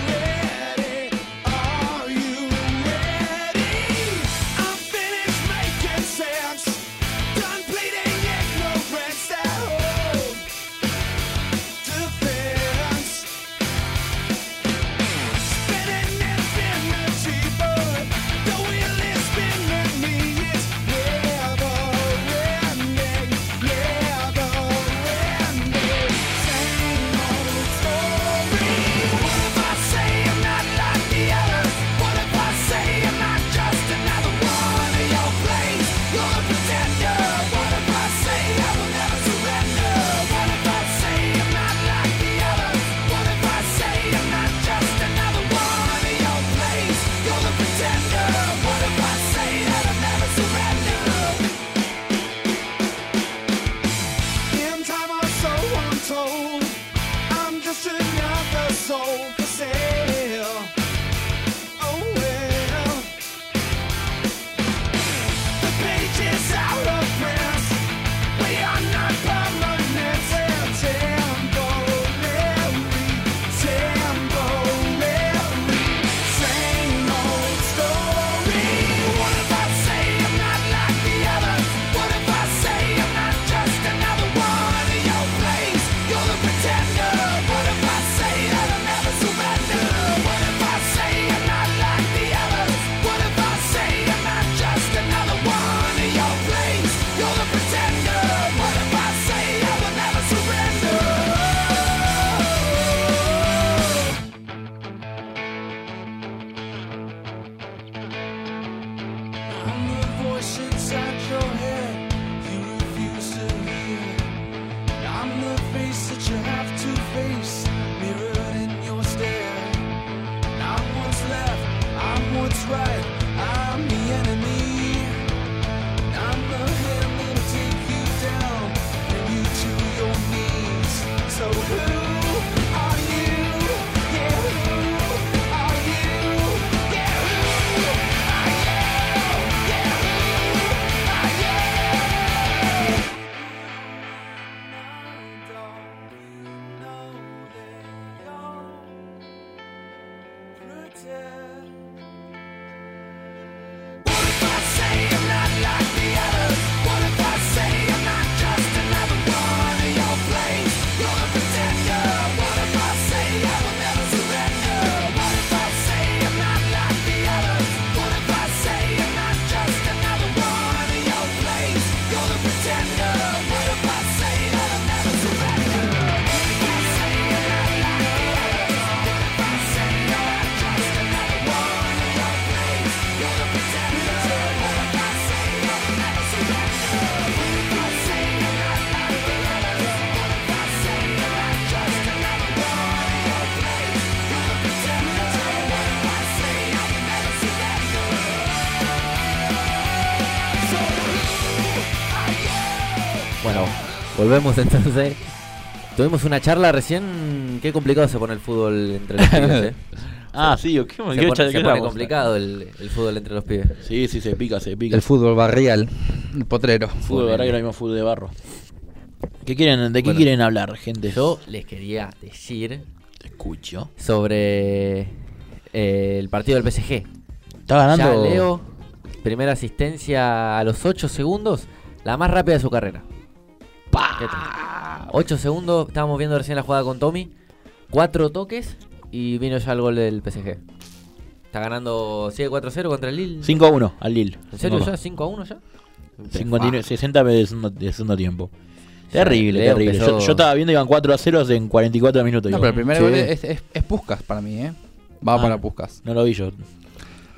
Speaker 4: ready. Are you ready? I'm finished making sense. Done bleeding ignorance that holds defense. Spinning infinity, but the wheel is spinning me. It's never ending, never ending. Same old story. What if I say I'm not like the others? What if I say I'm not just another one of your plays? You're a pretender. What if I say I will never surrender? What if I say I'm not like the others? What if I say I'm not just another one of your plays? You're a pretender. What if I say that I'll never surrender? In time or so untold, I'm just another soul for sale. Oh well. The page is out of press. We are not permanent. We're temporary, temporary. Same old story. What if I say I'm not like the others? What if I say I'm not just another one of your plays? You're the pretender. What if I say that I'll never surrender? What if I say I'm not like the others? What if I say I'm not just another one of your plays? You're the pretender. What if I say I will never surrender? I'm the voice inside your head you refuse to hear. I'm the face that you have to face, mirrored in your stare. I'm what's left, I'm what's right, I'm the enemy. I'm the hand that'll take you down, bring you to your knees. So who are you? Yeah, who are you? Yeah, who are you? What if I say I'm not like the others? What if I say I'm not just another one of your plays? You're the pretender. What if I say I will never surrender? What if I say I'm not like the others? What if I say I'm not just another one of your plays? You're the pretender. What if I say that I'll never surrender? What if I say I'm not like the others? What if I say I'm not just another one of your plays? You're the pretender. What if I say I will never surrender? What if I say I'm not like the others? What if I say I'm not just another one of your plays? You're the pretender. What if I say I will never surrender? So who are you?
Speaker 1: Bueno, volvemos entonces. Tuvimos una charla recién. Qué complicado se pone el fútbol entre los pibes, eh.
Speaker 3: Ah, sí, ¿qué, qué,
Speaker 1: Se pone,
Speaker 3: qué
Speaker 1: se pone
Speaker 3: éramos?
Speaker 1: complicado el, el fútbol entre los pibes.
Speaker 3: Sí, sí, se pica, se pica.
Speaker 2: El fútbol barrial, el potrero.
Speaker 1: eh.
Speaker 3: fútbol de verdad que no hay más fútbol de barro. ¿Qué quieren, ¿De qué
Speaker 2: Bueno.
Speaker 3: quieren hablar, gente?
Speaker 1: Yo les quería decir
Speaker 3: te escucho.
Speaker 1: sobre eh, el partido del PSG.
Speaker 3: Está ganando.
Speaker 1: Ya Leo, primera asistencia a los 8 segundos, la más rápida de su carrera.
Speaker 3: Pa.
Speaker 1: ¿Qué tal? 8 segundos, estábamos viendo recién la jugada con Tommy. 4 toques y vino ya el gol del PSG. Está ganando, sigue 4-0 contra el Lille.
Speaker 3: 5 a 1 al Lille.
Speaker 1: ¿En serio
Speaker 3: Cinco a
Speaker 1: ya?
Speaker 3: uno.
Speaker 1: ¿5 a 1 ya?
Speaker 3: 59 60 de segundo, de segundo tiempo. Terrible,
Speaker 1: Leo
Speaker 3: terrible. Yo,
Speaker 1: empezó-
Speaker 3: yo estaba viendo iban 4 a 0 en 44 minutos.
Speaker 2: No,
Speaker 3: digo.
Speaker 2: pero el primer
Speaker 1: Sí.
Speaker 2: gol es, es, es Puskas para mí, ¿eh? Va
Speaker 3: Ah.
Speaker 2: para Puskas.
Speaker 3: No lo vi yo.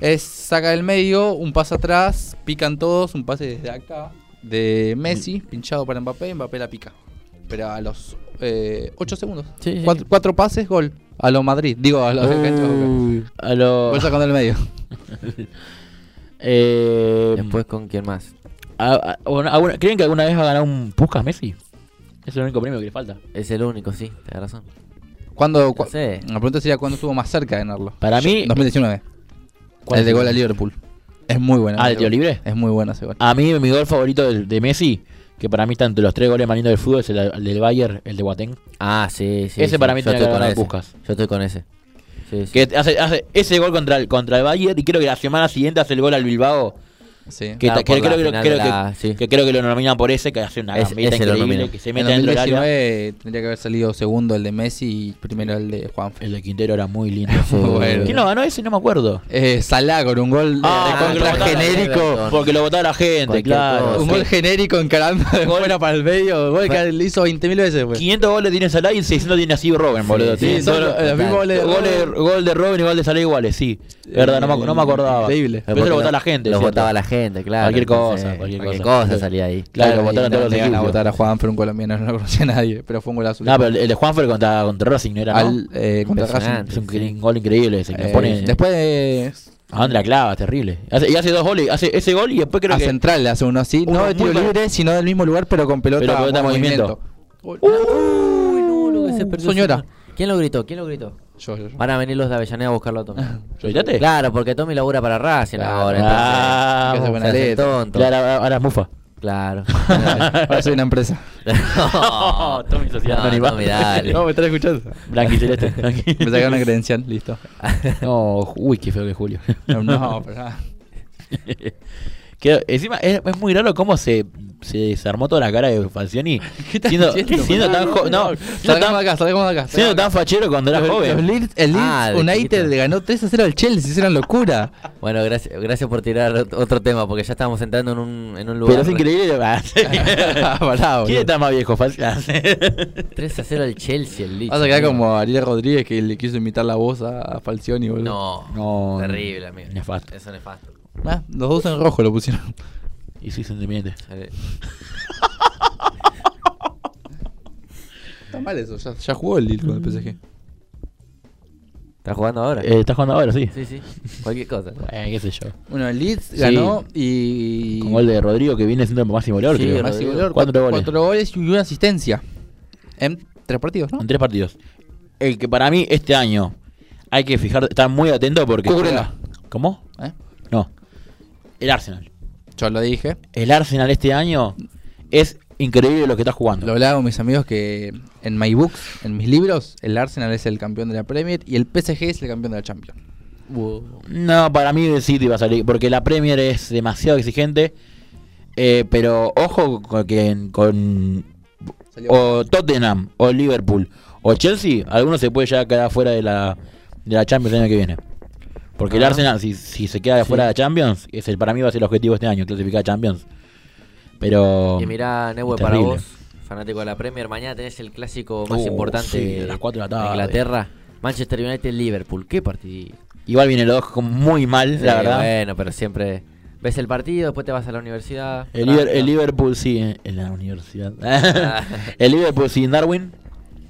Speaker 2: Es saca del medio, un pase atrás, pican todos, un pase desde acá de Messi,
Speaker 1: Mm.
Speaker 2: pinchado para Mbappé, Mbappé la pica. Pero a los 8 segundos.
Speaker 1: Sí, Uh. sí.
Speaker 2: Cuatro, cuatro pases, gol. A los Madrid, digo, a los
Speaker 3: A lo,
Speaker 2: Gol sacando del medio.
Speaker 3: eh,
Speaker 1: Después con quién más.
Speaker 3: a- a- bueno, alguna- ¿Creen que alguna vez va a ganar un Puskas Messi? Es el único premio que le falta.
Speaker 1: Es el único, sí, tenés razón.
Speaker 2: ¿Cuándo, cua-
Speaker 1: No sé.
Speaker 2: La pregunta sería cuándo estuvo más cerca de ganarlo.
Speaker 3: Para mí-
Speaker 2: 2019.
Speaker 3: ¿Cuál
Speaker 2: El de
Speaker 3: fue?
Speaker 2: gol a Liverpool. Es muy bueno.
Speaker 3: Ah,
Speaker 2: ese
Speaker 3: ¿de tiro
Speaker 2: gol.
Speaker 3: libre?
Speaker 2: Es muy bueno ese gol.
Speaker 3: A mí, mi gol favorito del- de Messi, que para mí está entre los tres goles más lindos del fútbol, es el, el del Bayern, el de Guatén.
Speaker 1: Ah, sí, sí.
Speaker 3: Ese
Speaker 1: sí,
Speaker 3: para mí
Speaker 1: yo
Speaker 3: tiene que
Speaker 1: estoy con
Speaker 3: ganar
Speaker 1: ese.
Speaker 3: Puskás.
Speaker 1: Yo estoy con ese. Sí, sí.
Speaker 3: Que hace, hace ese gol contra el, contra el Bayern y creo que la semana siguiente hace el gol al Bilbao.
Speaker 2: Sí.
Speaker 1: Claro,
Speaker 3: Que, ta- que
Speaker 1: por la
Speaker 3: creo, creo-
Speaker 1: final
Speaker 3: creo
Speaker 1: de
Speaker 3: que,
Speaker 1: la- sí.
Speaker 3: que creo que lo nominan por ese, que hace una
Speaker 1: Ese-
Speaker 3: gambeta
Speaker 1: ese lo
Speaker 3: increíble,
Speaker 1: nominan.
Speaker 3: que se
Speaker 2: En
Speaker 3: mete dentro del área.
Speaker 2: 2019 tendría que haber salido segundo el de Messi y primero el de Juanfe.
Speaker 3: El de Quintero era muy lindo.
Speaker 1: Sí.
Speaker 2: Bueno.
Speaker 3: ¿Quién lo ganó ese? No me acuerdo.
Speaker 2: Eh, Salah con un gol de-
Speaker 3: Ah,
Speaker 2: de
Speaker 3: porque
Speaker 2: contra
Speaker 3: lo botaron.
Speaker 2: genérico.
Speaker 1: Everton.
Speaker 3: Porque lo votó la gente,
Speaker 1: Cualquier
Speaker 3: claro.
Speaker 1: cosa.
Speaker 2: Un
Speaker 1: Sí.
Speaker 2: gol genérico encarando de
Speaker 3: Gol.
Speaker 2: fuera para el medio. Gol que le hizo 20.000 veces. güey.
Speaker 3: 500 goles tiene Salah y 600 tiene así Robin, boludo.
Speaker 2: Sí,
Speaker 3: Tiene
Speaker 2: son
Speaker 3: todo-
Speaker 2: los, los mismos goles. de-
Speaker 3: gol, de, gol de Robin y gol de Salah iguales, sí. Verdad, no me, no me acordaba.
Speaker 2: Increíble.
Speaker 3: Pero eso
Speaker 1: Porque
Speaker 3: lo votó
Speaker 1: lo-
Speaker 3: la gente.
Speaker 1: Los
Speaker 3: ¿cierto?
Speaker 1: votaba la gente, claro.
Speaker 3: Cualquier
Speaker 1: entonces,
Speaker 3: cosa, cualquier cosa.
Speaker 1: cosa. salía ahí.
Speaker 3: Claro, lo
Speaker 2: y
Speaker 3: votaron
Speaker 2: no
Speaker 3: todos los
Speaker 2: le iban a
Speaker 3: equipos.
Speaker 2: votar a Juan, fue un colombiano, no lo conocía nadie, pero fue un golazo.
Speaker 3: No, pero el, el de Juanfer contra, contra Racing no era, ¿no?
Speaker 2: Al, eh, contra Racing.
Speaker 1: Impresionante.
Speaker 3: Es un,
Speaker 1: sí.
Speaker 3: gol increíble ese. Que
Speaker 2: Eh,
Speaker 3: pone,
Speaker 2: Después eh,
Speaker 3: ¿A dónde la clava? Es terrible. Hace- y hace dos goles. Hace ese gol y después creo
Speaker 2: a
Speaker 3: que...
Speaker 2: central le hace uno así.
Speaker 3: Uno
Speaker 2: no de tiro
Speaker 3: muy bueno.
Speaker 2: libre, sino del mismo lugar, pero con pelota.
Speaker 3: Pero pelota en movimiento.
Speaker 1: Uy, no, lo que se perdió.
Speaker 2: Señora.
Speaker 1: ¿Quién lo gritó? ¿Quién lo gritó?
Speaker 2: Yo, yo, yo.
Speaker 1: Van a venir los de Avellaneda a buscarlo a Tommy.
Speaker 3: ¿Lo gritaste?
Speaker 1: Claro, porque Tommy labura para Racing
Speaker 2: Claro.
Speaker 1: ahora.
Speaker 3: Ah,
Speaker 2: que se
Speaker 1: entonces,
Speaker 2: buena
Speaker 1: se hace
Speaker 2: letra.
Speaker 1: tonto.
Speaker 3: Claro, ahora- ahora es mufa.
Speaker 1: Claro.
Speaker 2: Ahora soy una empresa.
Speaker 1: no,
Speaker 3: Tommy Sociedad
Speaker 1: no,
Speaker 3: Anónima.
Speaker 1: Tommy, dale.
Speaker 2: me están escuchando.
Speaker 3: Blanqui celeste. blanqui.
Speaker 2: Me sacaron una credencial, listo.
Speaker 3: No, uy, qué feo que es Julio.
Speaker 2: No, no, pero nada.
Speaker 3: Que encima es, es muy raro cómo se, se desarmó toda la cara de Falcioni. siendo,
Speaker 2: diciendo,
Speaker 3: siendo tan jo- no, siendo
Speaker 2: Salgamos
Speaker 3: tan,
Speaker 2: de acá, salgamos de acá.
Speaker 3: siendo
Speaker 2: salgamos de
Speaker 3: tan fachero cuando era
Speaker 2: acá. Los- los
Speaker 3: joven.
Speaker 2: Leeds- el Leeds
Speaker 1: Ah, de
Speaker 2: United
Speaker 1: chiquito.
Speaker 2: le ganó 3 a 0 al Chelsea, es una locura.
Speaker 1: Bueno, gracias, gracias por tirar ot- otro tema, porque ya estábamos entrando en un, en un lugar.
Speaker 3: Pero es increíble. ah, sí.
Speaker 2: Pará,
Speaker 3: ¿Quién
Speaker 2: boludo.
Speaker 3: está más viejo, Ah, Falcioni?
Speaker 1: 3 a 0 al Chelsea, el Leeds.
Speaker 2: Vas a quedar
Speaker 1: amigo.
Speaker 2: como Ariel Rodríguez que le quiso imitar la voz a a Falcioni, boludo.
Speaker 1: No,
Speaker 3: No,
Speaker 1: terrible, amigo.
Speaker 3: nefasto.
Speaker 1: Eso es nefasto.
Speaker 2: Ah, los dos en rojo lo pusieron.
Speaker 3: Y sí, sentimientos.
Speaker 1: Dale.
Speaker 2: Está mal eso, ya, ya jugó el Lille con el PSG.
Speaker 1: ¿Estás jugando ahora?
Speaker 3: Eh, ¿Estás jugando ahora, sí?
Speaker 1: Sí, sí. Cualquier cosa.
Speaker 3: Eh, qué sé yo.
Speaker 2: Bueno, el Leeds
Speaker 3: Sí.
Speaker 2: ganó y.
Speaker 3: Con gol de Rodrigo que viene siendo el máximo goleador,
Speaker 1: Sí,
Speaker 3: creo.
Speaker 1: Rodrigo.
Speaker 2: Máximo goleador,
Speaker 3: ¿Cuántos
Speaker 2: cuatro,
Speaker 3: goles?
Speaker 2: cuatro goles y una asistencia. En tres partidos, ¿no?
Speaker 3: En tres partidos. El que para mí este año hay que fijar, estar muy atento porque.
Speaker 2: Cúbrela.
Speaker 3: ¿Cómo?
Speaker 2: ¿Eh?
Speaker 3: No. El Arsenal.
Speaker 2: Yo lo dije.
Speaker 3: El Arsenal este año es increíble lo que está jugando.
Speaker 2: Lo hablaba con mis amigos que en my books, en mis libros, el Arsenal es el campeón de la Premier y el PSG es el campeón de la Champions.
Speaker 3: No, para mí el City va a salir porque la Premier es demasiado exigente. eh, pero ojo con, que- con
Speaker 2: Salió-
Speaker 3: o Tottenham o Liverpool o Chelsea, alguno se puede ya quedar fuera de la, de la Champions el año que viene. Porque el
Speaker 1: Ah.
Speaker 3: Arsenal, si, si se queda fuera de la Champions, es el, para mí va a ser el objetivo este año, clasificar a Champions. Pero.
Speaker 1: Y mirá, Neue, para
Speaker 3: terrible.
Speaker 1: vos, fanático de la Premier, mañana tenés el clásico más
Speaker 3: Uh,
Speaker 1: importante
Speaker 3: sí,
Speaker 1: de,
Speaker 3: a las cuatro de la tarde.
Speaker 1: Inglaterra. Manchester United-Liverpool. ¿Qué partido?
Speaker 3: Igual vienen los dos con- muy mal, la verdad.
Speaker 1: Bueno, pero siempre ves el partido, después te vas a la universidad.
Speaker 3: el,
Speaker 1: tranca.
Speaker 3: Liber- el Liverpool sí, en en la universidad. el Liverpool sí, en Darwin,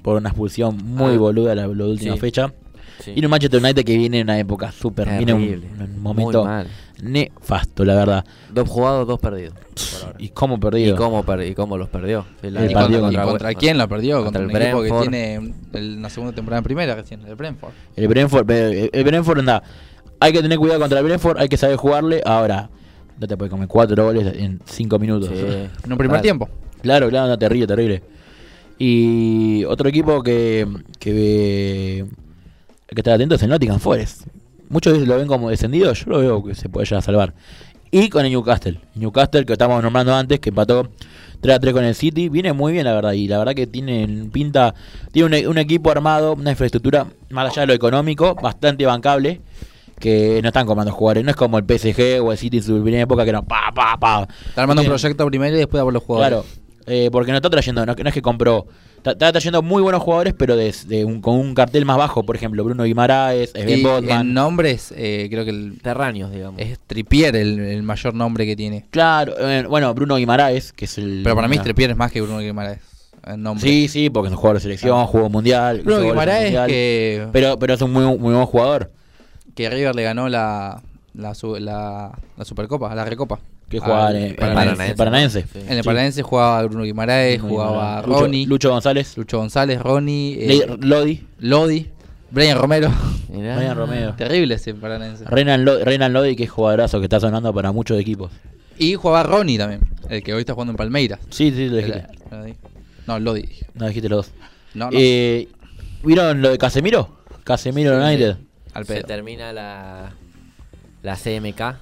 Speaker 3: por una expulsión muy
Speaker 1: Ah.
Speaker 3: boluda la, la última
Speaker 1: Sí.
Speaker 3: fecha.
Speaker 1: Sí.
Speaker 3: Y un Manchester United que viene en una época súper, viene un,
Speaker 1: Terrible.
Speaker 3: un
Speaker 1: Muy
Speaker 3: momento
Speaker 1: mal.
Speaker 3: nefasto, la verdad.
Speaker 1: Dos jugados, dos perdidos.
Speaker 3: Y cómo
Speaker 1: ¿Y
Speaker 3: perdido.
Speaker 1: cómo, per- y cómo los perdió? Sí, la-
Speaker 3: El
Speaker 2: ¿Y
Speaker 3: partido
Speaker 2: contra,
Speaker 3: contra-
Speaker 2: y contra quién la perdió?
Speaker 1: contra
Speaker 2: Contra,
Speaker 1: el
Speaker 2: un equipo que
Speaker 1: Brentford.
Speaker 2: tiene el- la segunda temporada en primera recién, el Brentford.
Speaker 3: El Brentford, pero el el Brentford anda. Hay que tener cuidado contra el Brentford, hay que saber jugarle. Ahora, no te puedes comer cuatro goles en cinco minutos.
Speaker 1: Sí.
Speaker 2: En un primer
Speaker 1: Total.
Speaker 2: tiempo.
Speaker 3: Claro, claro, no, terrible, terrible. Y otro equipo que, que, ve- hay que estar atento es el Nottingham Forest. Muchos lo ven como descendido, yo lo veo que se puede llegar a salvar. Y con el Newcastle. Newcastle que estábamos nombrando antes, que empató 3 a 3 con el City. Viene muy bien, la verdad. Y la verdad que tiene pinta. Tiene un, un equipo armado, una infraestructura, más allá de lo económico, bastante bancable. Que no están comprando jugadores. No es como el PSG o el City en su primera época que no. Pa, pa, pa.
Speaker 2: Está armando un
Speaker 3: Tiene-
Speaker 2: proyecto primero y después a por los jugadores.
Speaker 3: Claro, eh, porque no está trayendo, no, no es que compró. Está, está trayendo muy buenos jugadores, pero de, de un- con un cartel más bajo. Por ejemplo, Bruno Guimaraes, Sven
Speaker 2: Y en
Speaker 3: Botman.
Speaker 2: nombres, eh, creo que el-
Speaker 1: Terráneos, digamos.
Speaker 2: es Tripier el, el mayor nombre que tiene.
Speaker 3: Claro, eh, bueno, Bruno Guimaraes, que es el.
Speaker 2: Pero para mí
Speaker 3: una-
Speaker 2: Tripier es más que Bruno Guimaraes. En nombre.
Speaker 3: Sí, sí, porque es un jugador de selección, jugó mundial.
Speaker 2: Bruno
Speaker 3: hizo goles en
Speaker 2: Guimaraes
Speaker 3: mundial.
Speaker 2: que,
Speaker 3: Pero, pero es un muy, muy buen jugador.
Speaker 2: que River le ganó la, la, su- la, la Supercopa, la Recopa.
Speaker 3: Que jugaba
Speaker 2: Al-
Speaker 3: en- en
Speaker 1: Paranaense.
Speaker 3: en Paranaense.
Speaker 1: Sí.
Speaker 2: En el
Speaker 3: Sí.
Speaker 2: Paranense jugaba Bruno Guimaraes,
Speaker 3: Bruno
Speaker 2: jugaba
Speaker 3: Guimaraes. Lucho-
Speaker 2: Ronnie, Lucho,
Speaker 3: Lucho González.
Speaker 2: González, Ronnie, eh,
Speaker 3: Le- Lodi.
Speaker 2: Lodi, Brian Romero.
Speaker 1: Mirá.
Speaker 2: Ah,
Speaker 3: Brian Romero.
Speaker 2: Terrible ese Paranense.
Speaker 3: Renan, Lo- Renan Lodi, que es jugadorazo que está sonando para muchos equipos.
Speaker 2: Y jugaba Ronnie también, el que hoy está jugando en Palmeiras.
Speaker 3: Sí, sí, lo dijiste.
Speaker 2: Era- lo dije. No, Lodi. dije.
Speaker 3: Eh, No dijiste los dos.
Speaker 2: No, no.
Speaker 3: Eh, ¿Vieron lo de Casemiro? Casemiro United.
Speaker 2: al
Speaker 1: Se
Speaker 2: pedo.
Speaker 1: termina la, la CMK.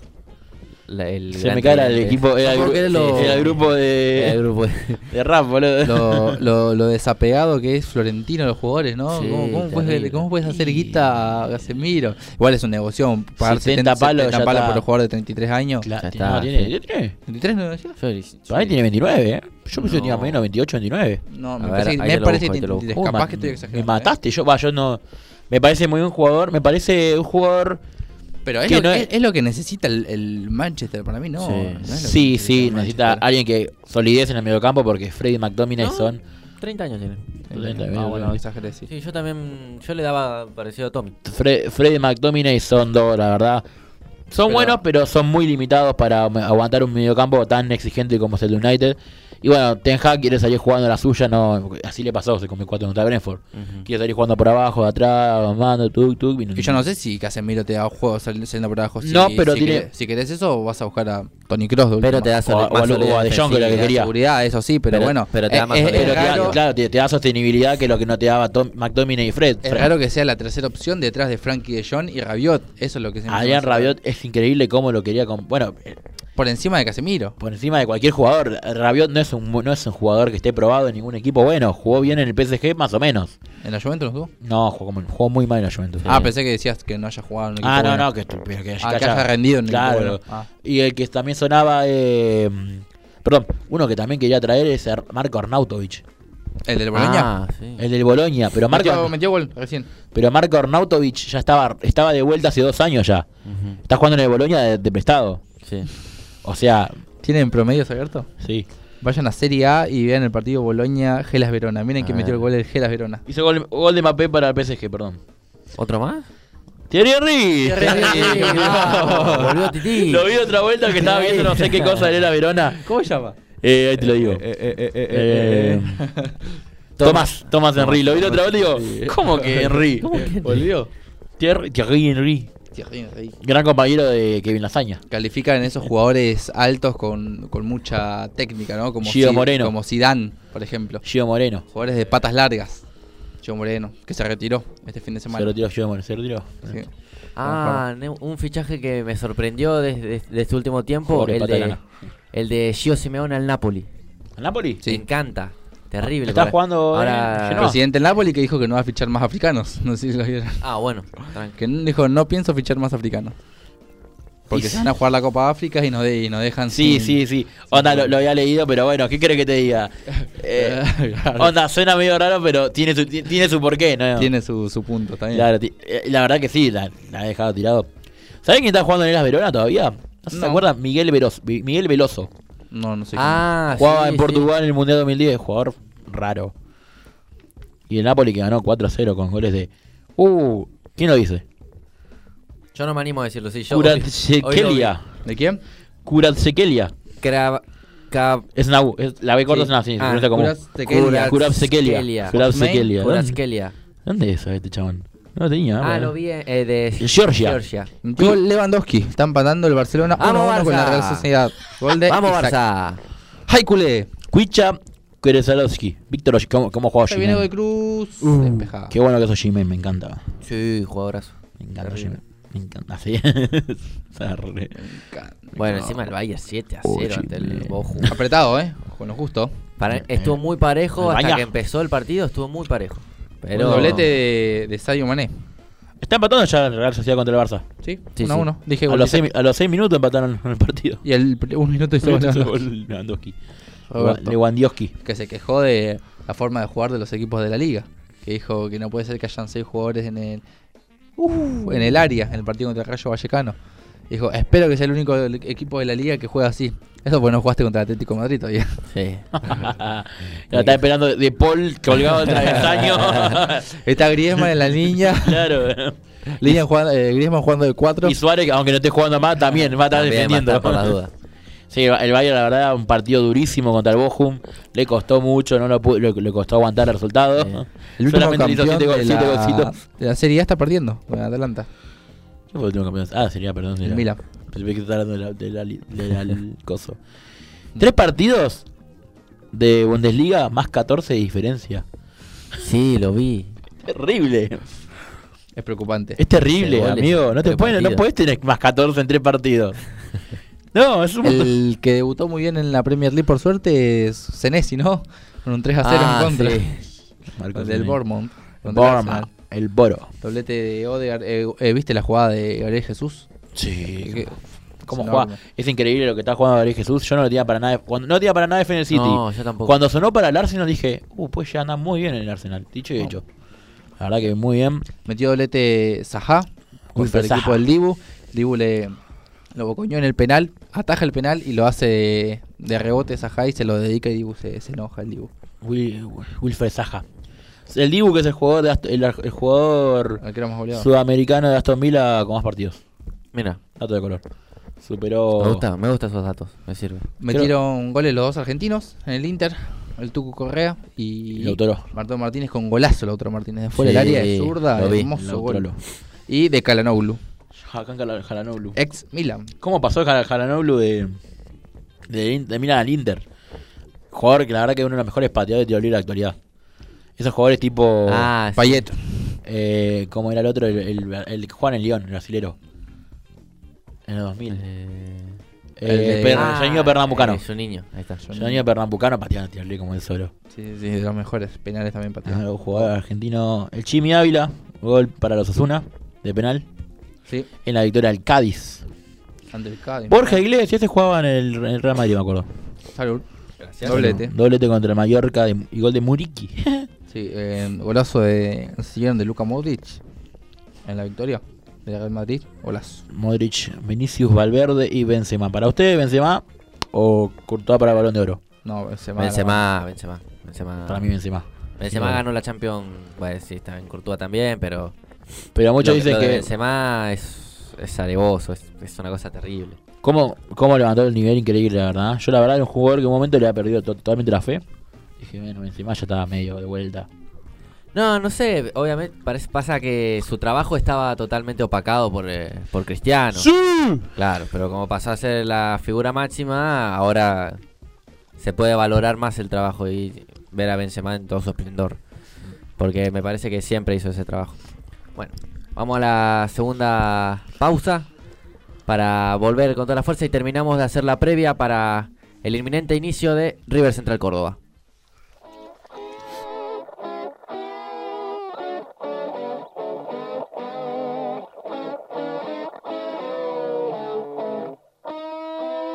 Speaker 1: La- el
Speaker 3: Se
Speaker 1: gran
Speaker 3: me cara el
Speaker 1: tridente.
Speaker 3: equipo. Era, el,
Speaker 1: No,
Speaker 3: gru-
Speaker 1: porque era lo-
Speaker 3: era el grupo de,
Speaker 1: era el grupo.
Speaker 3: de rap, boludo.
Speaker 2: Lo, lo, lo desapegado que es Florentino los jugadores, ¿no?
Speaker 1: Sí,
Speaker 2: ¿Cómo, cómo puedes,
Speaker 1: terrible.
Speaker 2: cómo puedes hacer guita a Casemiro? Igual es un negocio, pagar 70,
Speaker 3: 70 palos,
Speaker 2: 70
Speaker 3: ya
Speaker 2: palos
Speaker 3: está.
Speaker 2: por los jugadores de 33 años.
Speaker 3: Claro,
Speaker 1: Ya
Speaker 3: tiene-
Speaker 1: está,
Speaker 3: no, tiene,
Speaker 1: sí.
Speaker 3: tiene-
Speaker 2: ¿33 no decía?
Speaker 1: Feliz.
Speaker 3: para mí tiene 29, ¿eh? Yo pensé que
Speaker 1: No.
Speaker 3: tenía menos 28, 29.
Speaker 2: No,
Speaker 1: A
Speaker 2: me
Speaker 1: ver,
Speaker 2: parece, que-
Speaker 1: ahí
Speaker 2: me
Speaker 1: te lo
Speaker 2: parece
Speaker 1: busco,
Speaker 2: que
Speaker 1: ahí te lo
Speaker 2: tiene 33.
Speaker 1: busco.
Speaker 3: Uh,
Speaker 2: Capaz
Speaker 3: ma-
Speaker 2: que estoy
Speaker 3: Me
Speaker 2: exagerando. ¿eh?
Speaker 3: mataste, yo, va, yo no. Me parece muy buen jugador, me parece un jugador.
Speaker 2: Pero es
Speaker 3: que
Speaker 2: lo,
Speaker 3: no
Speaker 2: es,
Speaker 3: es-
Speaker 2: es lo que necesita el, el Manchester. Para mí, no.
Speaker 1: Sí.
Speaker 2: no es lo que
Speaker 3: Sí, sí,
Speaker 2: el
Speaker 3: necesita
Speaker 2: Manchester.
Speaker 3: alguien que solidez en el mediocampo porque Freddy McDominay
Speaker 1: No.
Speaker 3: son.
Speaker 1: 30 años tiene.
Speaker 2: Ah, bueno, exageré, sí.
Speaker 1: Sí, yo también. Yo le daba parecido a Tommy.
Speaker 3: Fre- Freddy McDominay son dos, la verdad. Son
Speaker 2: Pero-
Speaker 3: buenos, pero son muy limitados para me- aguantar un mediocampo tan exigente como es el de United. Y bueno, Ten Hag quiere salir jugando la suya, no así le pasó, se comió cuatro contra Brentford. Quiere salir jugando por abajo, de atrás, mamando, tuk, tuk. vino-
Speaker 2: Y yo no sé si Casemiro te da juego sal- saliendo por abajo. Si-
Speaker 3: No, pero
Speaker 2: si
Speaker 3: tiene-
Speaker 2: querés, si querés eso, vas a buscar a Tony Cross. De
Speaker 1: Pero
Speaker 2: última.
Speaker 1: te da
Speaker 3: o a-
Speaker 1: soli-
Speaker 3: o a
Speaker 1: más
Speaker 3: Lu- o a
Speaker 1: solidez.
Speaker 3: De Jong, que era que
Speaker 1: defensiva.
Speaker 3: quería.
Speaker 2: seguridad, eso sí, pero,
Speaker 1: Pero-
Speaker 2: bueno.
Speaker 1: pero te da
Speaker 2: es-
Speaker 1: más
Speaker 2: es-
Speaker 1: solidez.
Speaker 2: es
Speaker 3: Pero te da-
Speaker 2: raro-
Speaker 3: claro, te, te da sostenibilidad que lo que no te daba Tom- McDominay y Fred.
Speaker 2: Es
Speaker 3: Fred-
Speaker 2: raro que sea la tercera opción detrás de Frankie de Jong y Rabiot. Eso es lo que se me
Speaker 3: Adrián
Speaker 2: hace raro.
Speaker 3: Rabiot es increíble cómo lo quería. Con, bueno, eh,
Speaker 2: Por encima de Casemiro.
Speaker 3: por encima de cualquier jugador. Rabiot no es un no es un jugador que esté probado en ningún equipo. Bueno, jugó bien en el PSG más o menos.
Speaker 2: ¿En la Juventus no jugó?
Speaker 3: No, jugó, como- jugó muy mal en la Juventus.
Speaker 2: Ah, pensé que decías que no haya jugado en un equipo
Speaker 3: Ah, no,
Speaker 2: bueno.
Speaker 3: no, que, estu- pero que
Speaker 2: Ah, que haya rendido en un
Speaker 3: claro.
Speaker 2: equipo bueno. Ah.
Speaker 3: Y el que también sonaba. eh, perdón, uno que también quería traer es Ar- Marco Arnautovic.
Speaker 2: ¿El del Boloña?
Speaker 1: Ah, sí.
Speaker 3: El del Boloña. Pero Marco,
Speaker 2: Metió, metió gol recién.
Speaker 3: pero Marco Arnautovic ya estaba, estaba de vuelta hace dos años ya.
Speaker 1: Ujú,
Speaker 3: Está jugando en el Boloña de, de prestado.
Speaker 1: Eh, sí.
Speaker 3: O sea,
Speaker 2: ¿Tienen promedios abiertos?
Speaker 3: sí.
Speaker 2: Vayan a Serie A y vean el partido Boloña-Gelas Verona. Miren
Speaker 1: A
Speaker 2: que
Speaker 1: ver.
Speaker 2: metió el gol el Gelas Verona.
Speaker 3: Hizo gol, gol de Mbappé para el PSG, perdón.
Speaker 1: ¿Otro más?
Speaker 3: Thierry Henry.
Speaker 1: Henry, bravo. Volvió Tití.
Speaker 3: Lo vi otra vuelta que estaba viendo no sé qué cosa era Verona.
Speaker 2: ¿Cómo se llama?
Speaker 3: Eh, ahí te lo digo. eh, Tomás, Tomás Henry. Lo vi la otra vez y digo, ¿cómo que Henry?
Speaker 2: ¿Volvió?
Speaker 3: Thierry, Thierry Henry. Gran compañero de Kevin Lasaña.
Speaker 2: Califican esos jugadores altos con, con mucha técnica, ¿no? Como
Speaker 3: Gio
Speaker 2: Zid-
Speaker 3: Moreno.
Speaker 2: Como Zidane, por ejemplo.
Speaker 3: Gio Moreno.
Speaker 2: Jugadores de patas largas. Gio Moreno, que se retiró este fin de
Speaker 3: Se
Speaker 2: semana.
Speaker 3: lo tiró Gio Moreno, se lo tiró.
Speaker 2: Sí.
Speaker 1: Ah, ne- un fichaje que me sorprendió desde este último tiempo,
Speaker 3: Pobre
Speaker 1: el de,
Speaker 3: Patalana.
Speaker 1: el de Gio Simeone al Napoli.
Speaker 3: ¿A Napoli?
Speaker 2: Sí.
Speaker 1: Me encanta. Terrible.
Speaker 3: Está
Speaker 1: Para-
Speaker 3: jugando en
Speaker 1: Ahora...
Speaker 2: El
Speaker 3: Genoa.
Speaker 2: presidente del Napoli que dijo que no va a fichar más africanos. No sé si lo vieron.
Speaker 1: Ah, bueno. tranqui.
Speaker 2: Que dijo, no pienso fichar más africanos. Porque
Speaker 3: Y
Speaker 2: se van a jugar la Copa África y nos, de- y nos dejan
Speaker 3: Sí, sí,
Speaker 2: sin-
Speaker 3: sí. Onda, lo, lo había leído, pero bueno, ¿qué crees que te diga? Eh,
Speaker 2: Claro.
Speaker 3: onda, suena medio raro, pero tiene su, ti- tiene su porqué, ¿no?
Speaker 2: Tiene su, su punto también.
Speaker 3: Claro, ti- eh, la verdad que sí, la, la ha dejado tirado. ¿Saben quién está jugando en Elas Verona todavía? ¿No se
Speaker 2: No.
Speaker 3: acuerdan? Miguel, Veloz- Vi- Miguel Veloso.
Speaker 2: No, no sé.
Speaker 1: Ah,
Speaker 3: Jugaba
Speaker 1: sí,
Speaker 3: en
Speaker 1: sí.
Speaker 3: Portugal en el Mundial 2010, jugador raro. Y el Napoli que ganó 4-0 con goles de... Uh, ¿quién lo dice?
Speaker 1: Yo no me animo a decirlo, sí. Yo
Speaker 3: Curatsekelia.
Speaker 2: quién. ¿De quién?
Speaker 3: Curatsekelia.
Speaker 1: Crava- Cab-
Speaker 3: Es una U, es- la B
Speaker 1: Sí.
Speaker 3: corta es una sí,
Speaker 1: Ah,
Speaker 3: se pronuncia
Speaker 2: Curatsekelia.
Speaker 3: como... Curatsekelia. Curatsekelia. ¿Dónde-
Speaker 1: Kvaratskhelia.
Speaker 3: ¿Dónde es este chabón? No lo tenía.
Speaker 1: Ah,
Speaker 3: bueno.
Speaker 1: lo vi eh, de
Speaker 3: Georgia.
Speaker 2: Gol Lewandowski. Están empatando el Barcelona
Speaker 1: Vamos,
Speaker 2: 1-1 con la
Speaker 1: Barça.
Speaker 2: Real Sociedad. Gol de
Speaker 1: Vamos,
Speaker 2: Isaac.
Speaker 1: Barça.
Speaker 2: Haikule.
Speaker 3: Cuicha Keresalowski. Víctor, Oshi- ¿cómo, cómo jugaba
Speaker 2: Ahí viene Godoy
Speaker 3: Jiménez?
Speaker 2: Cruz.
Speaker 1: Uh.
Speaker 2: Despejada.
Speaker 3: Qué bueno que sos Jiménez, me encanta.
Speaker 1: Sí, jugadorazo.
Speaker 3: Me encanta
Speaker 1: Terrible.
Speaker 3: Jiménez. Me encanta, sí. Arre.
Speaker 2: Me encanta.
Speaker 1: Bueno,
Speaker 2: No.
Speaker 1: encima el Bayern 7 a
Speaker 3: Oh,
Speaker 1: 0 ante el
Speaker 3: Jiménez.
Speaker 1: Bochum.
Speaker 2: Apretado, ¿eh? Con lo justo.
Speaker 1: Para- estuvo muy parejo
Speaker 3: El
Speaker 1: hasta
Speaker 3: Bayern.
Speaker 1: que empezó el partido, estuvo muy parejo. Pero
Speaker 2: Un doblete de, de Sadio Mané.
Speaker 3: Está empatando ya el Real Sociedad contra el Barça.
Speaker 2: Sí,
Speaker 1: Sí,
Speaker 2: 1 a
Speaker 1: sí.
Speaker 2: 1. Dije
Speaker 3: A
Speaker 2: gol.
Speaker 3: los, seis, mi- a los seis minutos empataron el partido.
Speaker 2: Y el, un minuto hizo gol.
Speaker 3: Lewandowski.
Speaker 2: Roberto.
Speaker 3: Lewandowski.
Speaker 2: que se quejó de la forma de jugar de los equipos de la liga. Que dijo que no puede ser que hayan seis jugadores en el uh, en el área, en el partido contra el Rayo Vallecano. Dijo, espero que sea el único del equipo de la liga que juega así. Eso porque no jugaste contra el Atlético de Madrid todavía.
Speaker 1: Sí.
Speaker 3: La estaba esperando de Paul colgado del travesaño.
Speaker 2: Está Griezmann en la línea.
Speaker 3: claro.
Speaker 2: línea jugando, eh, Griezmann jugando de cuatro.
Speaker 3: Y Suárez, aunque no esté jugando más, también va a estar
Speaker 1: También va a
Speaker 3: defendiendo.
Speaker 1: estar por las dudas.
Speaker 3: Sí, el Bayern, la verdad, un partido durísimo contra el Bochum. Le costó mucho, no lo pudo- le, le costó aguantar el resultado.
Speaker 2: El último
Speaker 3: Solamente le hizo
Speaker 2: campeón
Speaker 3: siete go-
Speaker 2: de,
Speaker 3: siete
Speaker 2: la,
Speaker 3: golcitos.
Speaker 2: de la Serie A está perdiendo con Atalanta.
Speaker 3: ¿Qué fue el último campeón? Ah, sería, perdón.
Speaker 2: El
Speaker 3: Sería.
Speaker 2: Milan.
Speaker 3: Pensé que estaba hablando de la- de la li- de la- del coso. Tres partidos de Bundesliga más 14 de diferencia.
Speaker 1: Sí, lo vi.
Speaker 3: Terrible.
Speaker 2: Es preocupante.
Speaker 3: Este Es terrible,
Speaker 1: Goles.
Speaker 3: amigo. No, te
Speaker 1: Tres
Speaker 3: pueden, no
Speaker 1: partidos.
Speaker 3: puedes tener más 14 en tres partidos. No, es un montón.
Speaker 2: El que debutó muy bien en la Premier League, por suerte, es Senesi, ¿no? Con un 3 a 0
Speaker 1: Ah,
Speaker 2: en contra.
Speaker 1: sí.
Speaker 2: El del Bournemouth. contra el
Speaker 3: Borma.
Speaker 2: Arsenal.
Speaker 3: El Boro.
Speaker 2: Doblete de Odegaard. Eh, eh, ¿Viste la jugada de Gabriel Jesús?
Speaker 3: Sí.
Speaker 2: Que-
Speaker 3: ¿Cómo
Speaker 2: es
Speaker 3: juega?
Speaker 2: enorme.
Speaker 3: Es increíble lo que está jugando Gabriel Jesús. Yo no lo tenía para nada. Cuando, no lo tenía para nada de en el City.
Speaker 1: No, yo tampoco.
Speaker 3: Cuando sonó para el Arsenal dije, uh, pues ya anda muy bien en el Arsenal. Dicho y hecho. La verdad que muy bien.
Speaker 2: Metió doblete Zaha contra el
Speaker 3: Zaha.
Speaker 2: equipo del Dibu. Dibu le lo bocoñó en el penal, ataja el penal y lo hace de, de rebote Zaha y se lo dedica y Dibu se, se enoja el Dibu.
Speaker 3: Wil- Wilfred Saja. El Dibu que es el jugador, de Ast- el, ar- el jugador
Speaker 2: Al que era más goleado.
Speaker 3: sudamericano de Aston Villa con más partidos.
Speaker 1: Mira,
Speaker 3: Dato de color. Superó.
Speaker 1: me gusta, me gustan esos datos, me sirve.
Speaker 2: Metieron goles los dos argentinos en el Inter, el Tucu Correa y
Speaker 3: Lautaro.
Speaker 2: Martín Martínez con golazo Lautaro Martínez de fuera
Speaker 1: Sí,
Speaker 2: del área de zurda,
Speaker 1: lo vi,
Speaker 2: hermoso
Speaker 3: Lautaro.
Speaker 2: gol. Y de Calanoglu,
Speaker 3: Hakan Jala- Jalanoglu. Eh,
Speaker 2: ex Milan.
Speaker 3: ¿Cómo pasó Jala- Jalanoglu de, de, In- de Milan al Inter? Jugador que la verdad que es uno de los mejores pateadores de tiro libre de la actualidad. Esos jugadores tipo.
Speaker 1: Ah, sí.
Speaker 2: Payet.
Speaker 3: Eh, ¿Cómo era el otro? El, el, el que juega en el León, el brasilero. En el 2000. Eh,
Speaker 1: Eh,
Speaker 2: el de-
Speaker 3: Per-
Speaker 1: ah,
Speaker 3: Janino Pernambucano.
Speaker 1: eh, su niño, ahí está.
Speaker 3: Janino Pernambucano pateaba tiro libre como el solo.
Speaker 2: Sí, sí, de los mejores penales también
Speaker 3: Ah,
Speaker 2: pateados.
Speaker 3: un jugador argentino. El Chimi Ávila, gol para los Asuna, de penal,
Speaker 2: Sí,
Speaker 3: en la victoria del Cádiz.
Speaker 2: ante el Cádiz.
Speaker 3: Borja Iglesias, ese jugaba en el, en el Real Madrid, me acuerdo.
Speaker 2: Salud. Doblete.
Speaker 3: Doblete contra el Mallorca de- y gol de Muriqui.
Speaker 2: Sí, eh, golazo de siguieron de Luka Modric en la victoria de Real Madrid. Golazo.
Speaker 3: Modric, Vinicius Valverde y Benzema. Para ustedes, Benzema o Courtois para el Balón de Oro.
Speaker 2: No, Benzema.
Speaker 1: Benzema, Benzema, Benzema.
Speaker 3: Para mí, Benzema.
Speaker 1: Benzema
Speaker 3: Bueno.
Speaker 1: ganó la Champions, bueno, sí, está en Courtois también, pero
Speaker 3: Pero muchos
Speaker 1: lo-
Speaker 3: dicen
Speaker 1: lo de
Speaker 3: que.
Speaker 1: Benzema es, es alevoso, es, es una cosa terrible.
Speaker 3: ¿cómo, ¿Cómo levantó el nivel increíble, la verdad? Yo, la verdad, era un jugador que en un momento le había perdido to- totalmente la fe. Dije, bueno, Benzema ya estaba medio de vuelta.
Speaker 1: No, no sé, obviamente parece, pasa que su trabajo estaba totalmente opacado por, eh, por Cristiano.
Speaker 3: ¡Sí!
Speaker 1: Claro, pero como pasó a ser la figura máxima, ahora se puede valorar más el trabajo y ver a Benzema en todo su esplendor. Porque me parece que siempre hizo ese trabajo. Bueno, vamos a la segunda pausa para volver con toda la fuerza y terminamos de hacer la previa para el inminente inicio de River Central Córdoba.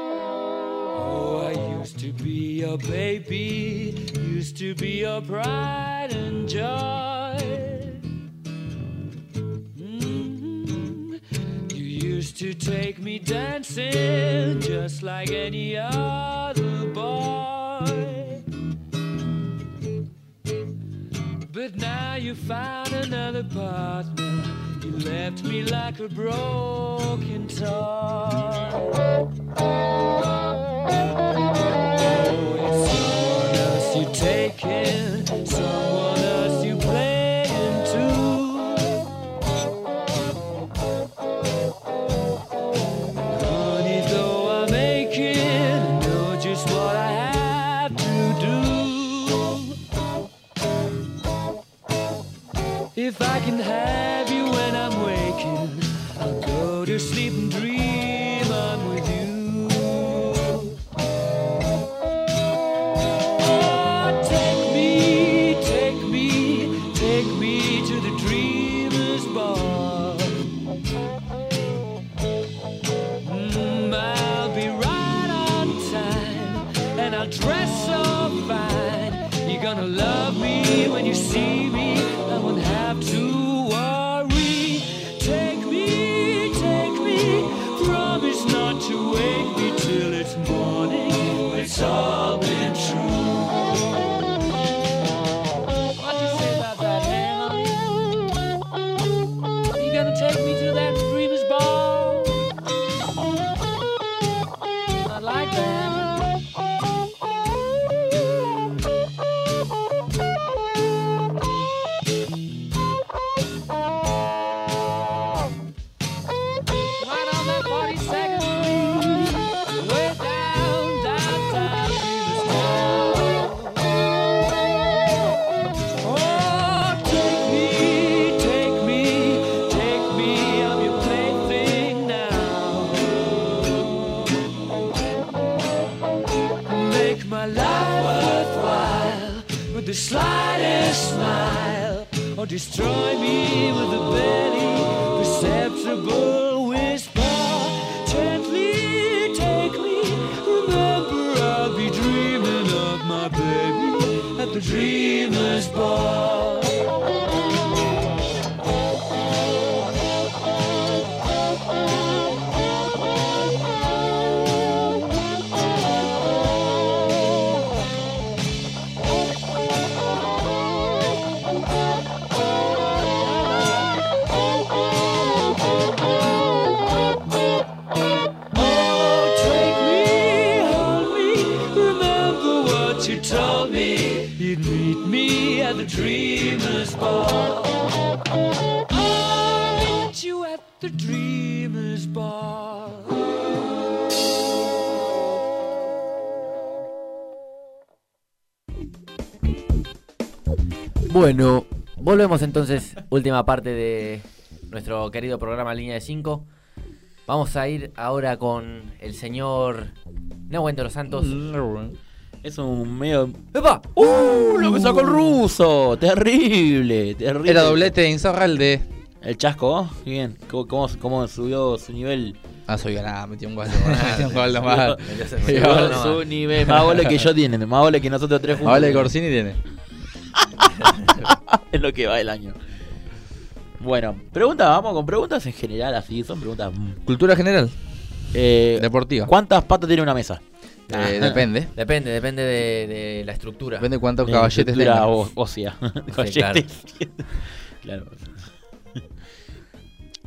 Speaker 5: Oh, I used to be a baby, used to be a pride and joy. Mhm. You used to take me dancing just like any other boy. But now you found another partner. You left me like a broken toy. It's someone else you taking, someone else you playing to. Honey, though I make it, know just what I have to do.
Speaker 4: Mm, dress so fine. You're gonna love me when you see me. I won't have to worry. Take me, take me. Promise not to wake me till it's morning. It's all been true. What do you say about that, Emily? You gonna take me to that dreamer's ball? I like that. Right on that 42nd Street, way down, downtown Beaver's Oh, take me, take me, take me, I'm your plaything now. Make my life worthwhile with the slightest smile, or destroy me with a barely perceptible whisper. Gently take me, remember I'll be dreaming of my baby at the dreamer's bar. Oh, take me, hold me, remember what you told me. You'd meet me at the Dreamer's Bar. I'll meet you at the Dreamer's Bar.
Speaker 1: Bueno, volvemos entonces, última parte de nuestro querido programa Línea de 5. Vamos a ir ahora con el señor Nahuen de los Santos.
Speaker 3: Es un medio.
Speaker 1: ¡Epa!
Speaker 3: ¡Uh! Lo que sacó el ruso. Terrible, terrible.
Speaker 2: Era doblete de Insaurralde.
Speaker 3: El chasco, ¿no? Qué Bien. ¿Cómo, cómo, cómo subió su nivel?
Speaker 2: Ah, soy ganada, metió un gol. metió un gol nomás.
Speaker 1: Subió
Speaker 3: Subió
Speaker 1: nomás.
Speaker 3: su nivel. Más goles que yo tienen. Más goles que nosotros tres juntos.
Speaker 2: Ahora el Corsini tiene.
Speaker 3: es lo que va el año. Bueno, preguntas, vamos con preguntas en general, así son preguntas. mm,
Speaker 2: Cultura general,
Speaker 3: Eh,
Speaker 2: deportiva.
Speaker 3: ¿Cuántas patas tiene una mesa?
Speaker 2: Eh, depende.
Speaker 1: Depende, depende de, de la estructura.
Speaker 2: Depende cuántos
Speaker 1: Eh,
Speaker 2: caballetes
Speaker 3: Eh, Estructura
Speaker 2: tenga.
Speaker 3: ó- ósea. Caballetes. claro.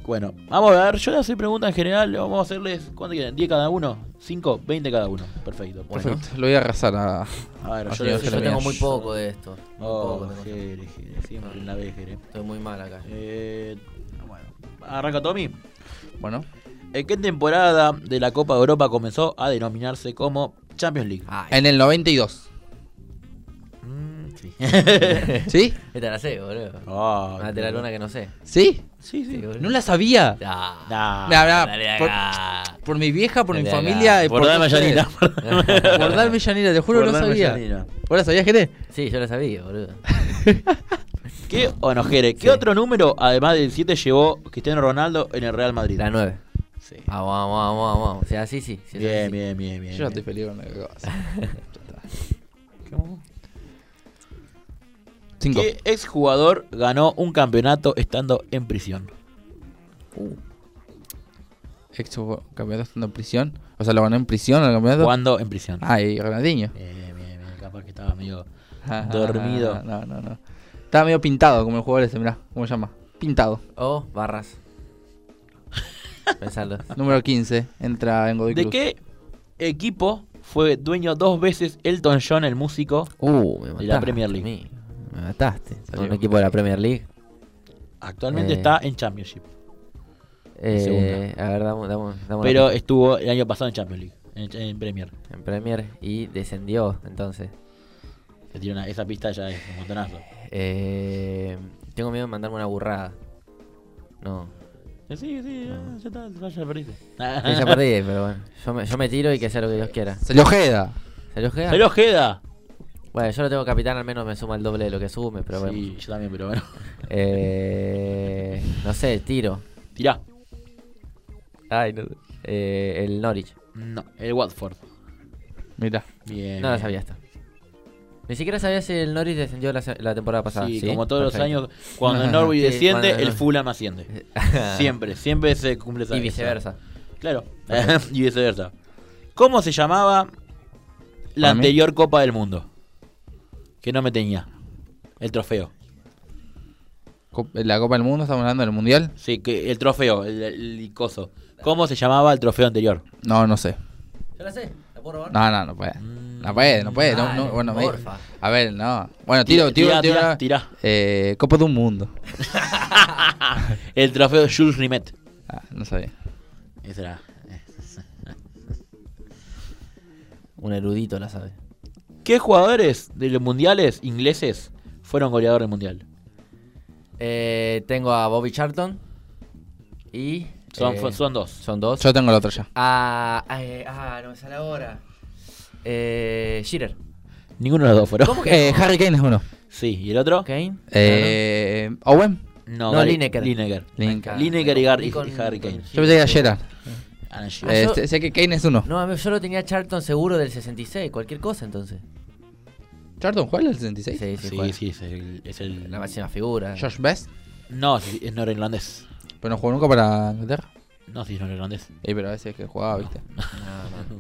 Speaker 3: Bueno, vamos a ver, yo le hacer preguntas en general, vamos a hacerles, ¿cuánto quieren? ¿10 cada uno? ¿5? ¿20 cada uno? Perfecto.
Speaker 1: Bueno.
Speaker 2: Perfecto, lo voy a arrasar a...
Speaker 3: A ver,
Speaker 2: Así
Speaker 1: Yo,
Speaker 3: yo le
Speaker 2: es,
Speaker 1: yo
Speaker 3: hacer
Speaker 2: Jeremías.
Speaker 1: tengo muy poco de esto. Muy
Speaker 3: Oh,
Speaker 1: poco tengo yo.
Speaker 3: Jere, Jere, siempre en la B, Jere.
Speaker 1: Estoy muy mal acá.
Speaker 3: Eh, bueno, arranca Tommy.
Speaker 2: Bueno,
Speaker 3: ¿En qué temporada de la Copa de Europa comenzó a denominarse como Champions League?
Speaker 1: Ay,
Speaker 2: en el 92.
Speaker 3: Mm, sí.
Speaker 2: ¿Sí?
Speaker 1: esta la sé, boludo.
Speaker 3: Ah,
Speaker 1: Una de la luna que no sé.
Speaker 2: ¿Sí?
Speaker 3: Sí, sí.
Speaker 2: No la sabía.
Speaker 1: Ah,
Speaker 2: Nah,
Speaker 3: Nah.
Speaker 2: nah,
Speaker 1: dale
Speaker 2: por,
Speaker 1: acá.
Speaker 2: por mi vieja, por mi
Speaker 1: Dale
Speaker 2: familia.
Speaker 1: acá.
Speaker 2: y
Speaker 3: Por darme
Speaker 2: ustedes.
Speaker 3: llanita.
Speaker 2: Por darme llanera, te juro que no
Speaker 3: Por darme
Speaker 2: sabía.
Speaker 3: llanera.
Speaker 2: ¿Vos la sabías, Jere?
Speaker 1: Sí, yo la sabía, boludo.
Speaker 3: ¿Qué, o no, Jere, ¿qué
Speaker 1: Sí.
Speaker 3: otro número, además del 7, llevó Cristiano Ronaldo en el Real Madrid?
Speaker 1: La 9.
Speaker 3: Sí.
Speaker 1: Vamos, vamos, vamos, vamos. O sea, sí, sí. sí, sí,
Speaker 3: Bien,
Speaker 1: sí.
Speaker 3: bien, bien, bien.
Speaker 2: Yo no estoy
Speaker 3: bien.
Speaker 2: feliz con la cosa. Cinco.
Speaker 3: ¿Qué exjugador ganó un campeonato estando en prisión?
Speaker 2: Ex campeonato estando en prisión. O sea, lo ganó en prisión el campeonato.
Speaker 3: Jugando en prisión.
Speaker 2: Ah, y Ronaldinho.
Speaker 3: Bien, bien, bien. Capaz que estaba medio...
Speaker 2: Ah,
Speaker 3: Dormido.
Speaker 2: No, no, no. Estaba medio pintado como el jugador ese, mirá. ¿Cómo se llama? Pintado.
Speaker 1: O Oh, barras. Pensalo.
Speaker 2: Número 15. Entra en Godoy
Speaker 3: ¿De
Speaker 2: Cruz.
Speaker 3: qué equipo fue dueño dos veces Elton John, el músico?
Speaker 1: Uh, me mataste.
Speaker 3: De la Premier League.
Speaker 1: amigo. Me mataste.
Speaker 2: Salió
Speaker 1: Un equipo de la Premier League.
Speaker 3: Actualmente
Speaker 1: Eh.
Speaker 3: está en Championship.
Speaker 1: Eh,
Speaker 3: segunda.
Speaker 1: a ver, damos, damos, damos
Speaker 3: Pero estuvo el año pasado en Champions League, en, en Premier.
Speaker 1: en Premier y descendió entonces.
Speaker 3: Se tiró una- esa pista ya es un montonazo.
Speaker 1: Eh, tengo miedo de mandarme una burrada. No.
Speaker 3: Eh, Sí, sí,
Speaker 1: No.
Speaker 3: eh, ya está, ya ya perdiste.
Speaker 1: Sí, ya perdí, pero bueno. Yo me, yo me tiro y que sea lo que Dios quiera.
Speaker 2: Salió Ojeda.
Speaker 1: ¿Salió Ojeda?
Speaker 3: ¡Pero Ojeda!
Speaker 1: Bueno, yo lo tengo capitán, al menos me suma el doble de lo que sume, pero bueno.
Speaker 3: Sí, yo también, pero bueno.
Speaker 1: Eh, no sé, tiro.
Speaker 3: Tirá.
Speaker 1: Ay, no sé. Eh, el Norwich.
Speaker 3: No, el Watford.
Speaker 2: Mirá.
Speaker 3: Bien.
Speaker 1: No la
Speaker 3: bien.
Speaker 1: sabía esta. Ni siquiera sabía si el Norwich descendió la, se- la temporada pasada.
Speaker 3: Sí,
Speaker 1: Sí,
Speaker 3: como todos
Speaker 1: perfecto.
Speaker 3: los años, cuando el
Speaker 1: Ajá.
Speaker 3: Norwich
Speaker 1: Sí,
Speaker 3: desciende,
Speaker 1: cuando el
Speaker 3: el
Speaker 1: Norwich-
Speaker 3: Fulham asciende. Siempre, siempre se cumple esa
Speaker 1: y viceversa.
Speaker 3: esa- Claro, y viceversa. ¿Cómo se llamaba la
Speaker 2: Para mí-
Speaker 3: anterior Copa del Mundo? Que no me tenía. El trofeo.
Speaker 2: Cop- La Copa del Mundo, estamos hablando del Mundial.
Speaker 3: Sí, que el trofeo, el, el coso. ¿Cómo se llamaba el trofeo anterior?
Speaker 2: No, no sé.
Speaker 1: Yo la sé, la puedo robar.
Speaker 2: No, no, no puede.
Speaker 1: Mm.
Speaker 2: No puede, no puede. No, no,
Speaker 1: Dale,
Speaker 2: bueno, me-
Speaker 1: porfa.
Speaker 2: a ver, no. Bueno, tiro, tiro,
Speaker 3: Tirá,
Speaker 2: tiro.
Speaker 3: tirá,
Speaker 2: una-
Speaker 3: tirá.
Speaker 2: Eh, Copa de un Mundo.
Speaker 3: El trofeo Jules Rimet.
Speaker 2: Ah, no sabía.
Speaker 3: Ese era.
Speaker 1: Un erudito la sabe.
Speaker 3: ¿Qué jugadores de los mundiales ingleses fueron goleadores del mundial?
Speaker 1: Eh, tengo a Bobby Charlton. Y.
Speaker 3: Son,
Speaker 1: eh,
Speaker 3: son dos.
Speaker 1: son dos.
Speaker 2: Yo tengo el otro ya.
Speaker 1: Ah, eh, ah, no me sale ahora. Eh, Shearer.
Speaker 3: Ninguno de los dos fueron.
Speaker 2: Eh, Harry Kane es uno.
Speaker 3: Sí, ¿y el otro?
Speaker 1: Kane.
Speaker 2: Eh, Owen.
Speaker 1: No,
Speaker 3: Gary-
Speaker 1: Lineker.
Speaker 3: Lineker.
Speaker 2: Link.
Speaker 1: Ah,
Speaker 3: Lineker y,
Speaker 1: me
Speaker 3: Gar- y-
Speaker 1: confundí
Speaker 3: y
Speaker 1: con-
Speaker 3: Harry Kane.
Speaker 1: con-
Speaker 2: Yo pensé que era Gerard.
Speaker 3: Ah, sí.
Speaker 1: Eh,
Speaker 2: Eh,
Speaker 1: yo-
Speaker 2: sé- Sé que Kane es uno.
Speaker 1: No, a mí- yo lo tenía a Charlton seguro del 66, cualquier cosa entonces.
Speaker 2: ¿Charlton juega el
Speaker 1: Sí,
Speaker 2: 66?
Speaker 1: sí,
Speaker 3: Eh, sí,
Speaker 1: juega.
Speaker 3: sí, es el. es el-
Speaker 1: La máxima figura.
Speaker 2: Josh Best.
Speaker 3: No, sí, es norirlandés.
Speaker 2: Pero no jugó nunca para Inglaterra.
Speaker 3: No, sí, es norirlandés.
Speaker 2: Eh, pero a veces que jugaba, viste.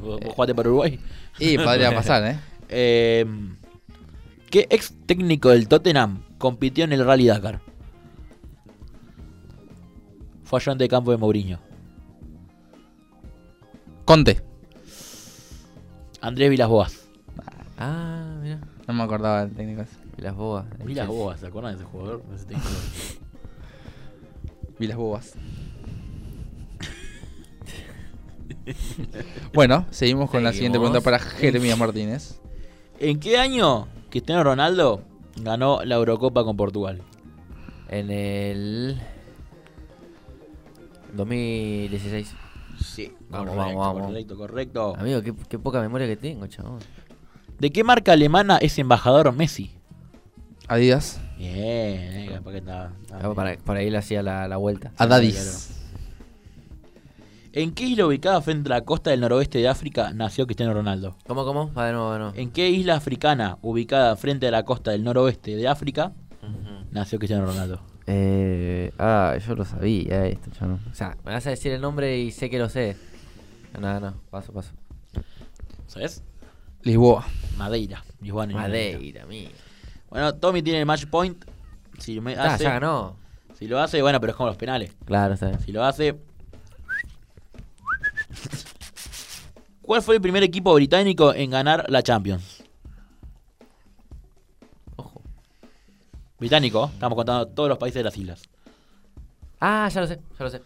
Speaker 3: ¿Vos vos jugaste para Uruguay?
Speaker 2: Y podría pasar, ¿eh?
Speaker 3: Eh, ¿Qué ex técnico del Tottenham compitió en el Rally Dakar? Fue ayudante de campo de Mourinho.
Speaker 2: Conte.
Speaker 3: Andrés Vilas-Boas.
Speaker 1: Ah, mira.
Speaker 2: No me acordaba del técnico ese.
Speaker 1: Las boas. el Chelsea.
Speaker 3: Vilas-Boas, ¿se acuerdan de ese jugador? De ese técnico.
Speaker 2: Vi las bobas. bueno, seguimos con la siguiente pregunta para Jeremías Martínez.
Speaker 3: ¿En qué año Cristiano Ronaldo ganó la Eurocopa con Portugal?
Speaker 1: En el 2016.
Speaker 3: Sí,
Speaker 1: Vamos,
Speaker 3: correcto,
Speaker 1: vamos, vamos.
Speaker 3: correcto, correcto.
Speaker 1: Amigo, qué, qué poca memoria que tengo, chabón.
Speaker 3: ¿De qué marca alemana es embajador Messi?
Speaker 2: Adidas.
Speaker 3: Bien, eh, capaz que está- está
Speaker 1: Ah,
Speaker 3: bien.
Speaker 1: para, para ahí le hacía la, la vuelta.
Speaker 2: Adadis.
Speaker 3: ¿En qué isla ubicada frente a la costa del noroeste de África nació Cristiano Ronaldo?
Speaker 1: ¿Cómo, cómo? Va de nuevo, va de nuevo.
Speaker 3: ¿En qué isla africana ubicada frente a la costa del noroeste de África
Speaker 1: Ujú.
Speaker 3: nació Cristiano Ronaldo?
Speaker 1: Eh, ah, yo lo sabía esto, chabón. O sea, me vas a decir el nombre y sé que lo sé. No, no, paso, paso.
Speaker 3: ¿Sabes?
Speaker 2: Lisboa.
Speaker 3: Madeira. Lisboa, en Madeira.
Speaker 1: Madeira, mí.
Speaker 3: Bueno, Tommy tiene el match point. Si, me
Speaker 1: Ah,
Speaker 3: hace-
Speaker 1: ya ganó.
Speaker 3: si lo hace, bueno, pero es como los penales.
Speaker 1: Claro, está bien.
Speaker 3: Si lo hace. ¿Cuál fue el primer equipo británico en ganar la Champions?
Speaker 1: Ojo.
Speaker 3: Británico, estamos contando todos los países de las islas.
Speaker 1: Ah, ya lo sé, ya lo sé.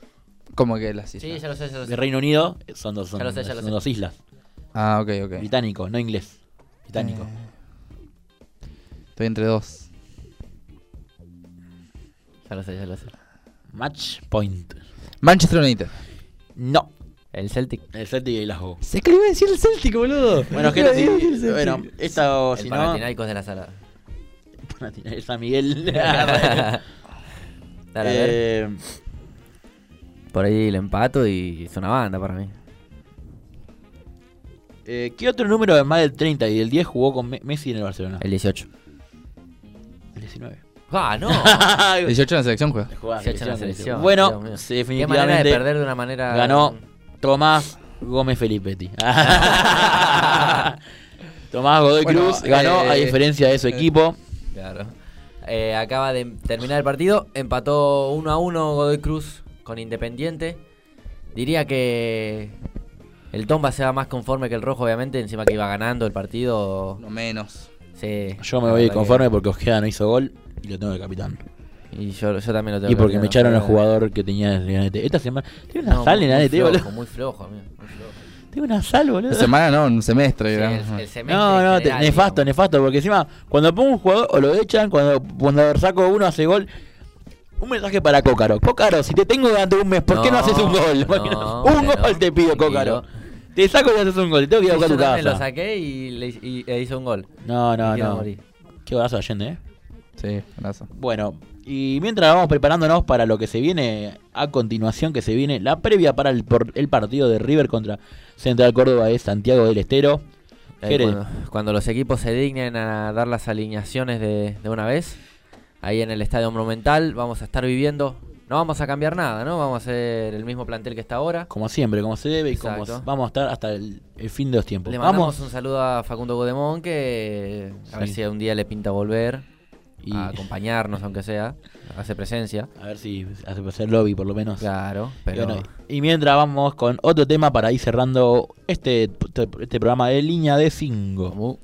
Speaker 2: ¿Cómo que las
Speaker 1: Sí,
Speaker 2: islas?
Speaker 1: ya lo sé, ya lo
Speaker 3: De
Speaker 1: sé.
Speaker 3: Reino Unido son dos, son,
Speaker 1: Ya lo sé, ya lo
Speaker 3: son
Speaker 1: sé.
Speaker 3: dos islas.
Speaker 2: Ah, ok, ok.
Speaker 3: Británico, no inglés. Británico.
Speaker 1: Eh.
Speaker 2: Estoy entre dos.
Speaker 1: Ya lo sé, ya lo sé.
Speaker 3: Match point.
Speaker 2: Manchester United.
Speaker 3: No.
Speaker 1: El Celtic.
Speaker 3: El Celtic y las Go.
Speaker 2: Se que le iba a decir el Celtic, boludo.
Speaker 3: Bueno,
Speaker 2: Le iba
Speaker 3: gente,
Speaker 2: a decir el
Speaker 3: sí,
Speaker 2: Celtic.
Speaker 3: bueno, esta o
Speaker 1: el
Speaker 3: si no.
Speaker 1: Panathinaikos de la sala.
Speaker 3: Panathina- el San Miguel.
Speaker 1: Dale, a ver.
Speaker 3: Eh,
Speaker 1: Por ahí el empato y es una banda para mí.
Speaker 3: eh, ¿Qué otro número además del 30 y del 10 jugó con Me- Messi en el Barcelona?
Speaker 1: El 18.
Speaker 3: El 19.
Speaker 1: ¡Ah, no!
Speaker 2: 18 en la selección juega.
Speaker 3: Jugaba
Speaker 1: Se echa la selección.
Speaker 3: selección,
Speaker 1: Dios
Speaker 3: Bueno,
Speaker 1: mío.
Speaker 3: se
Speaker 1: Qué manera de
Speaker 3: definitivamente
Speaker 1: perder de una manera.
Speaker 3: ganó Tomás Gómez Felipetti. Tomás Godoy
Speaker 2: Bueno,
Speaker 3: Cruz ganó
Speaker 2: eh,
Speaker 3: a diferencia de su equipo.
Speaker 1: Claro. Eh, acaba de terminar el partido. Empató 1 a 1 Godoy Cruz con Independiente. Diría que. El Tomba se va más conforme que el Rojo, obviamente. Encima que iba ganando el partido.
Speaker 2: No menos.
Speaker 1: Sí,
Speaker 3: Yo me
Speaker 1: la
Speaker 3: voy
Speaker 1: verdad que-
Speaker 3: conforme porque Ojeda no hizo gol y lo tengo de capitán.
Speaker 1: Y yo, yo también lo tengo
Speaker 3: Y
Speaker 1: que
Speaker 3: porque
Speaker 1: hacer,
Speaker 3: me echaron al
Speaker 1: pero-
Speaker 3: jugador que tenía en ANT. Esta semana. Tengo una
Speaker 1: No,
Speaker 3: sal
Speaker 1: muy-
Speaker 3: en
Speaker 1: muy
Speaker 3: ANT,
Speaker 1: flojo,
Speaker 3: boludo.
Speaker 1: muy flojo, amigo, muy flojo.
Speaker 3: Tengo una sal, boludo.
Speaker 2: Semana no, un semestre.
Speaker 1: Sí, el-
Speaker 2: digamos.
Speaker 1: el semestre
Speaker 3: No,
Speaker 1: en
Speaker 3: no, te-
Speaker 1: general,
Speaker 3: nefasto,
Speaker 1: digamos.
Speaker 3: nefasto. Porque encima, cuando pongo un jugador o lo echan, cuando, cuando saco uno hace gol. Un mensaje para Cócaro. Cócaro, si te tengo durante un mes, ¿por qué no
Speaker 1: No,
Speaker 3: haces un gol?
Speaker 1: no,
Speaker 3: un
Speaker 1: hombre,
Speaker 3: gol
Speaker 1: no.
Speaker 3: te pido, Cócaro. Te saco y haces un gol. Te tengo que ir a
Speaker 1: Sí,
Speaker 3: buscar tu
Speaker 1: yo también lo
Speaker 3: casa.
Speaker 1: saqué y le y- e hizo un gol.
Speaker 3: No, Ah, no,
Speaker 1: Me quiero
Speaker 3: no.
Speaker 1: morir.
Speaker 3: Qué golazo de Allende, eh.
Speaker 2: Sí, brazo.
Speaker 3: Bueno, y mientras vamos preparándonos para lo que se viene a continuación, que se viene la previa para el, por- el partido de River contra Central Córdoba de Santiago del Estero.
Speaker 1: Eh,
Speaker 3: Jere.
Speaker 1: cuando, cuando los equipos se dignen a dar las alineaciones de, de una vez, ahí en el Estadio Monumental vamos a estar viviendo. No vamos a cambiar nada, ¿no? Vamos a hacer el mismo plantel que está ahora.
Speaker 3: Como siempre, como se debe y como
Speaker 1: Exacto.
Speaker 3: vamos a estar hasta el, el fin de los tiempos.
Speaker 1: Le mandamos
Speaker 3: Vamos
Speaker 1: un saludo a Facundo Godemón que a ver
Speaker 3: Sí. Ah,
Speaker 1: si un día le pinta volver
Speaker 3: y
Speaker 1: a acompañarnos, aunque sea. Hace presencia.
Speaker 3: a ver si hace hacer lobby por lo menos.
Speaker 1: Claro,
Speaker 3: Y
Speaker 1: pero
Speaker 3: bueno, y mientras vamos con otro tema para ir cerrando este, este programa de línea de 5.
Speaker 2: Mu.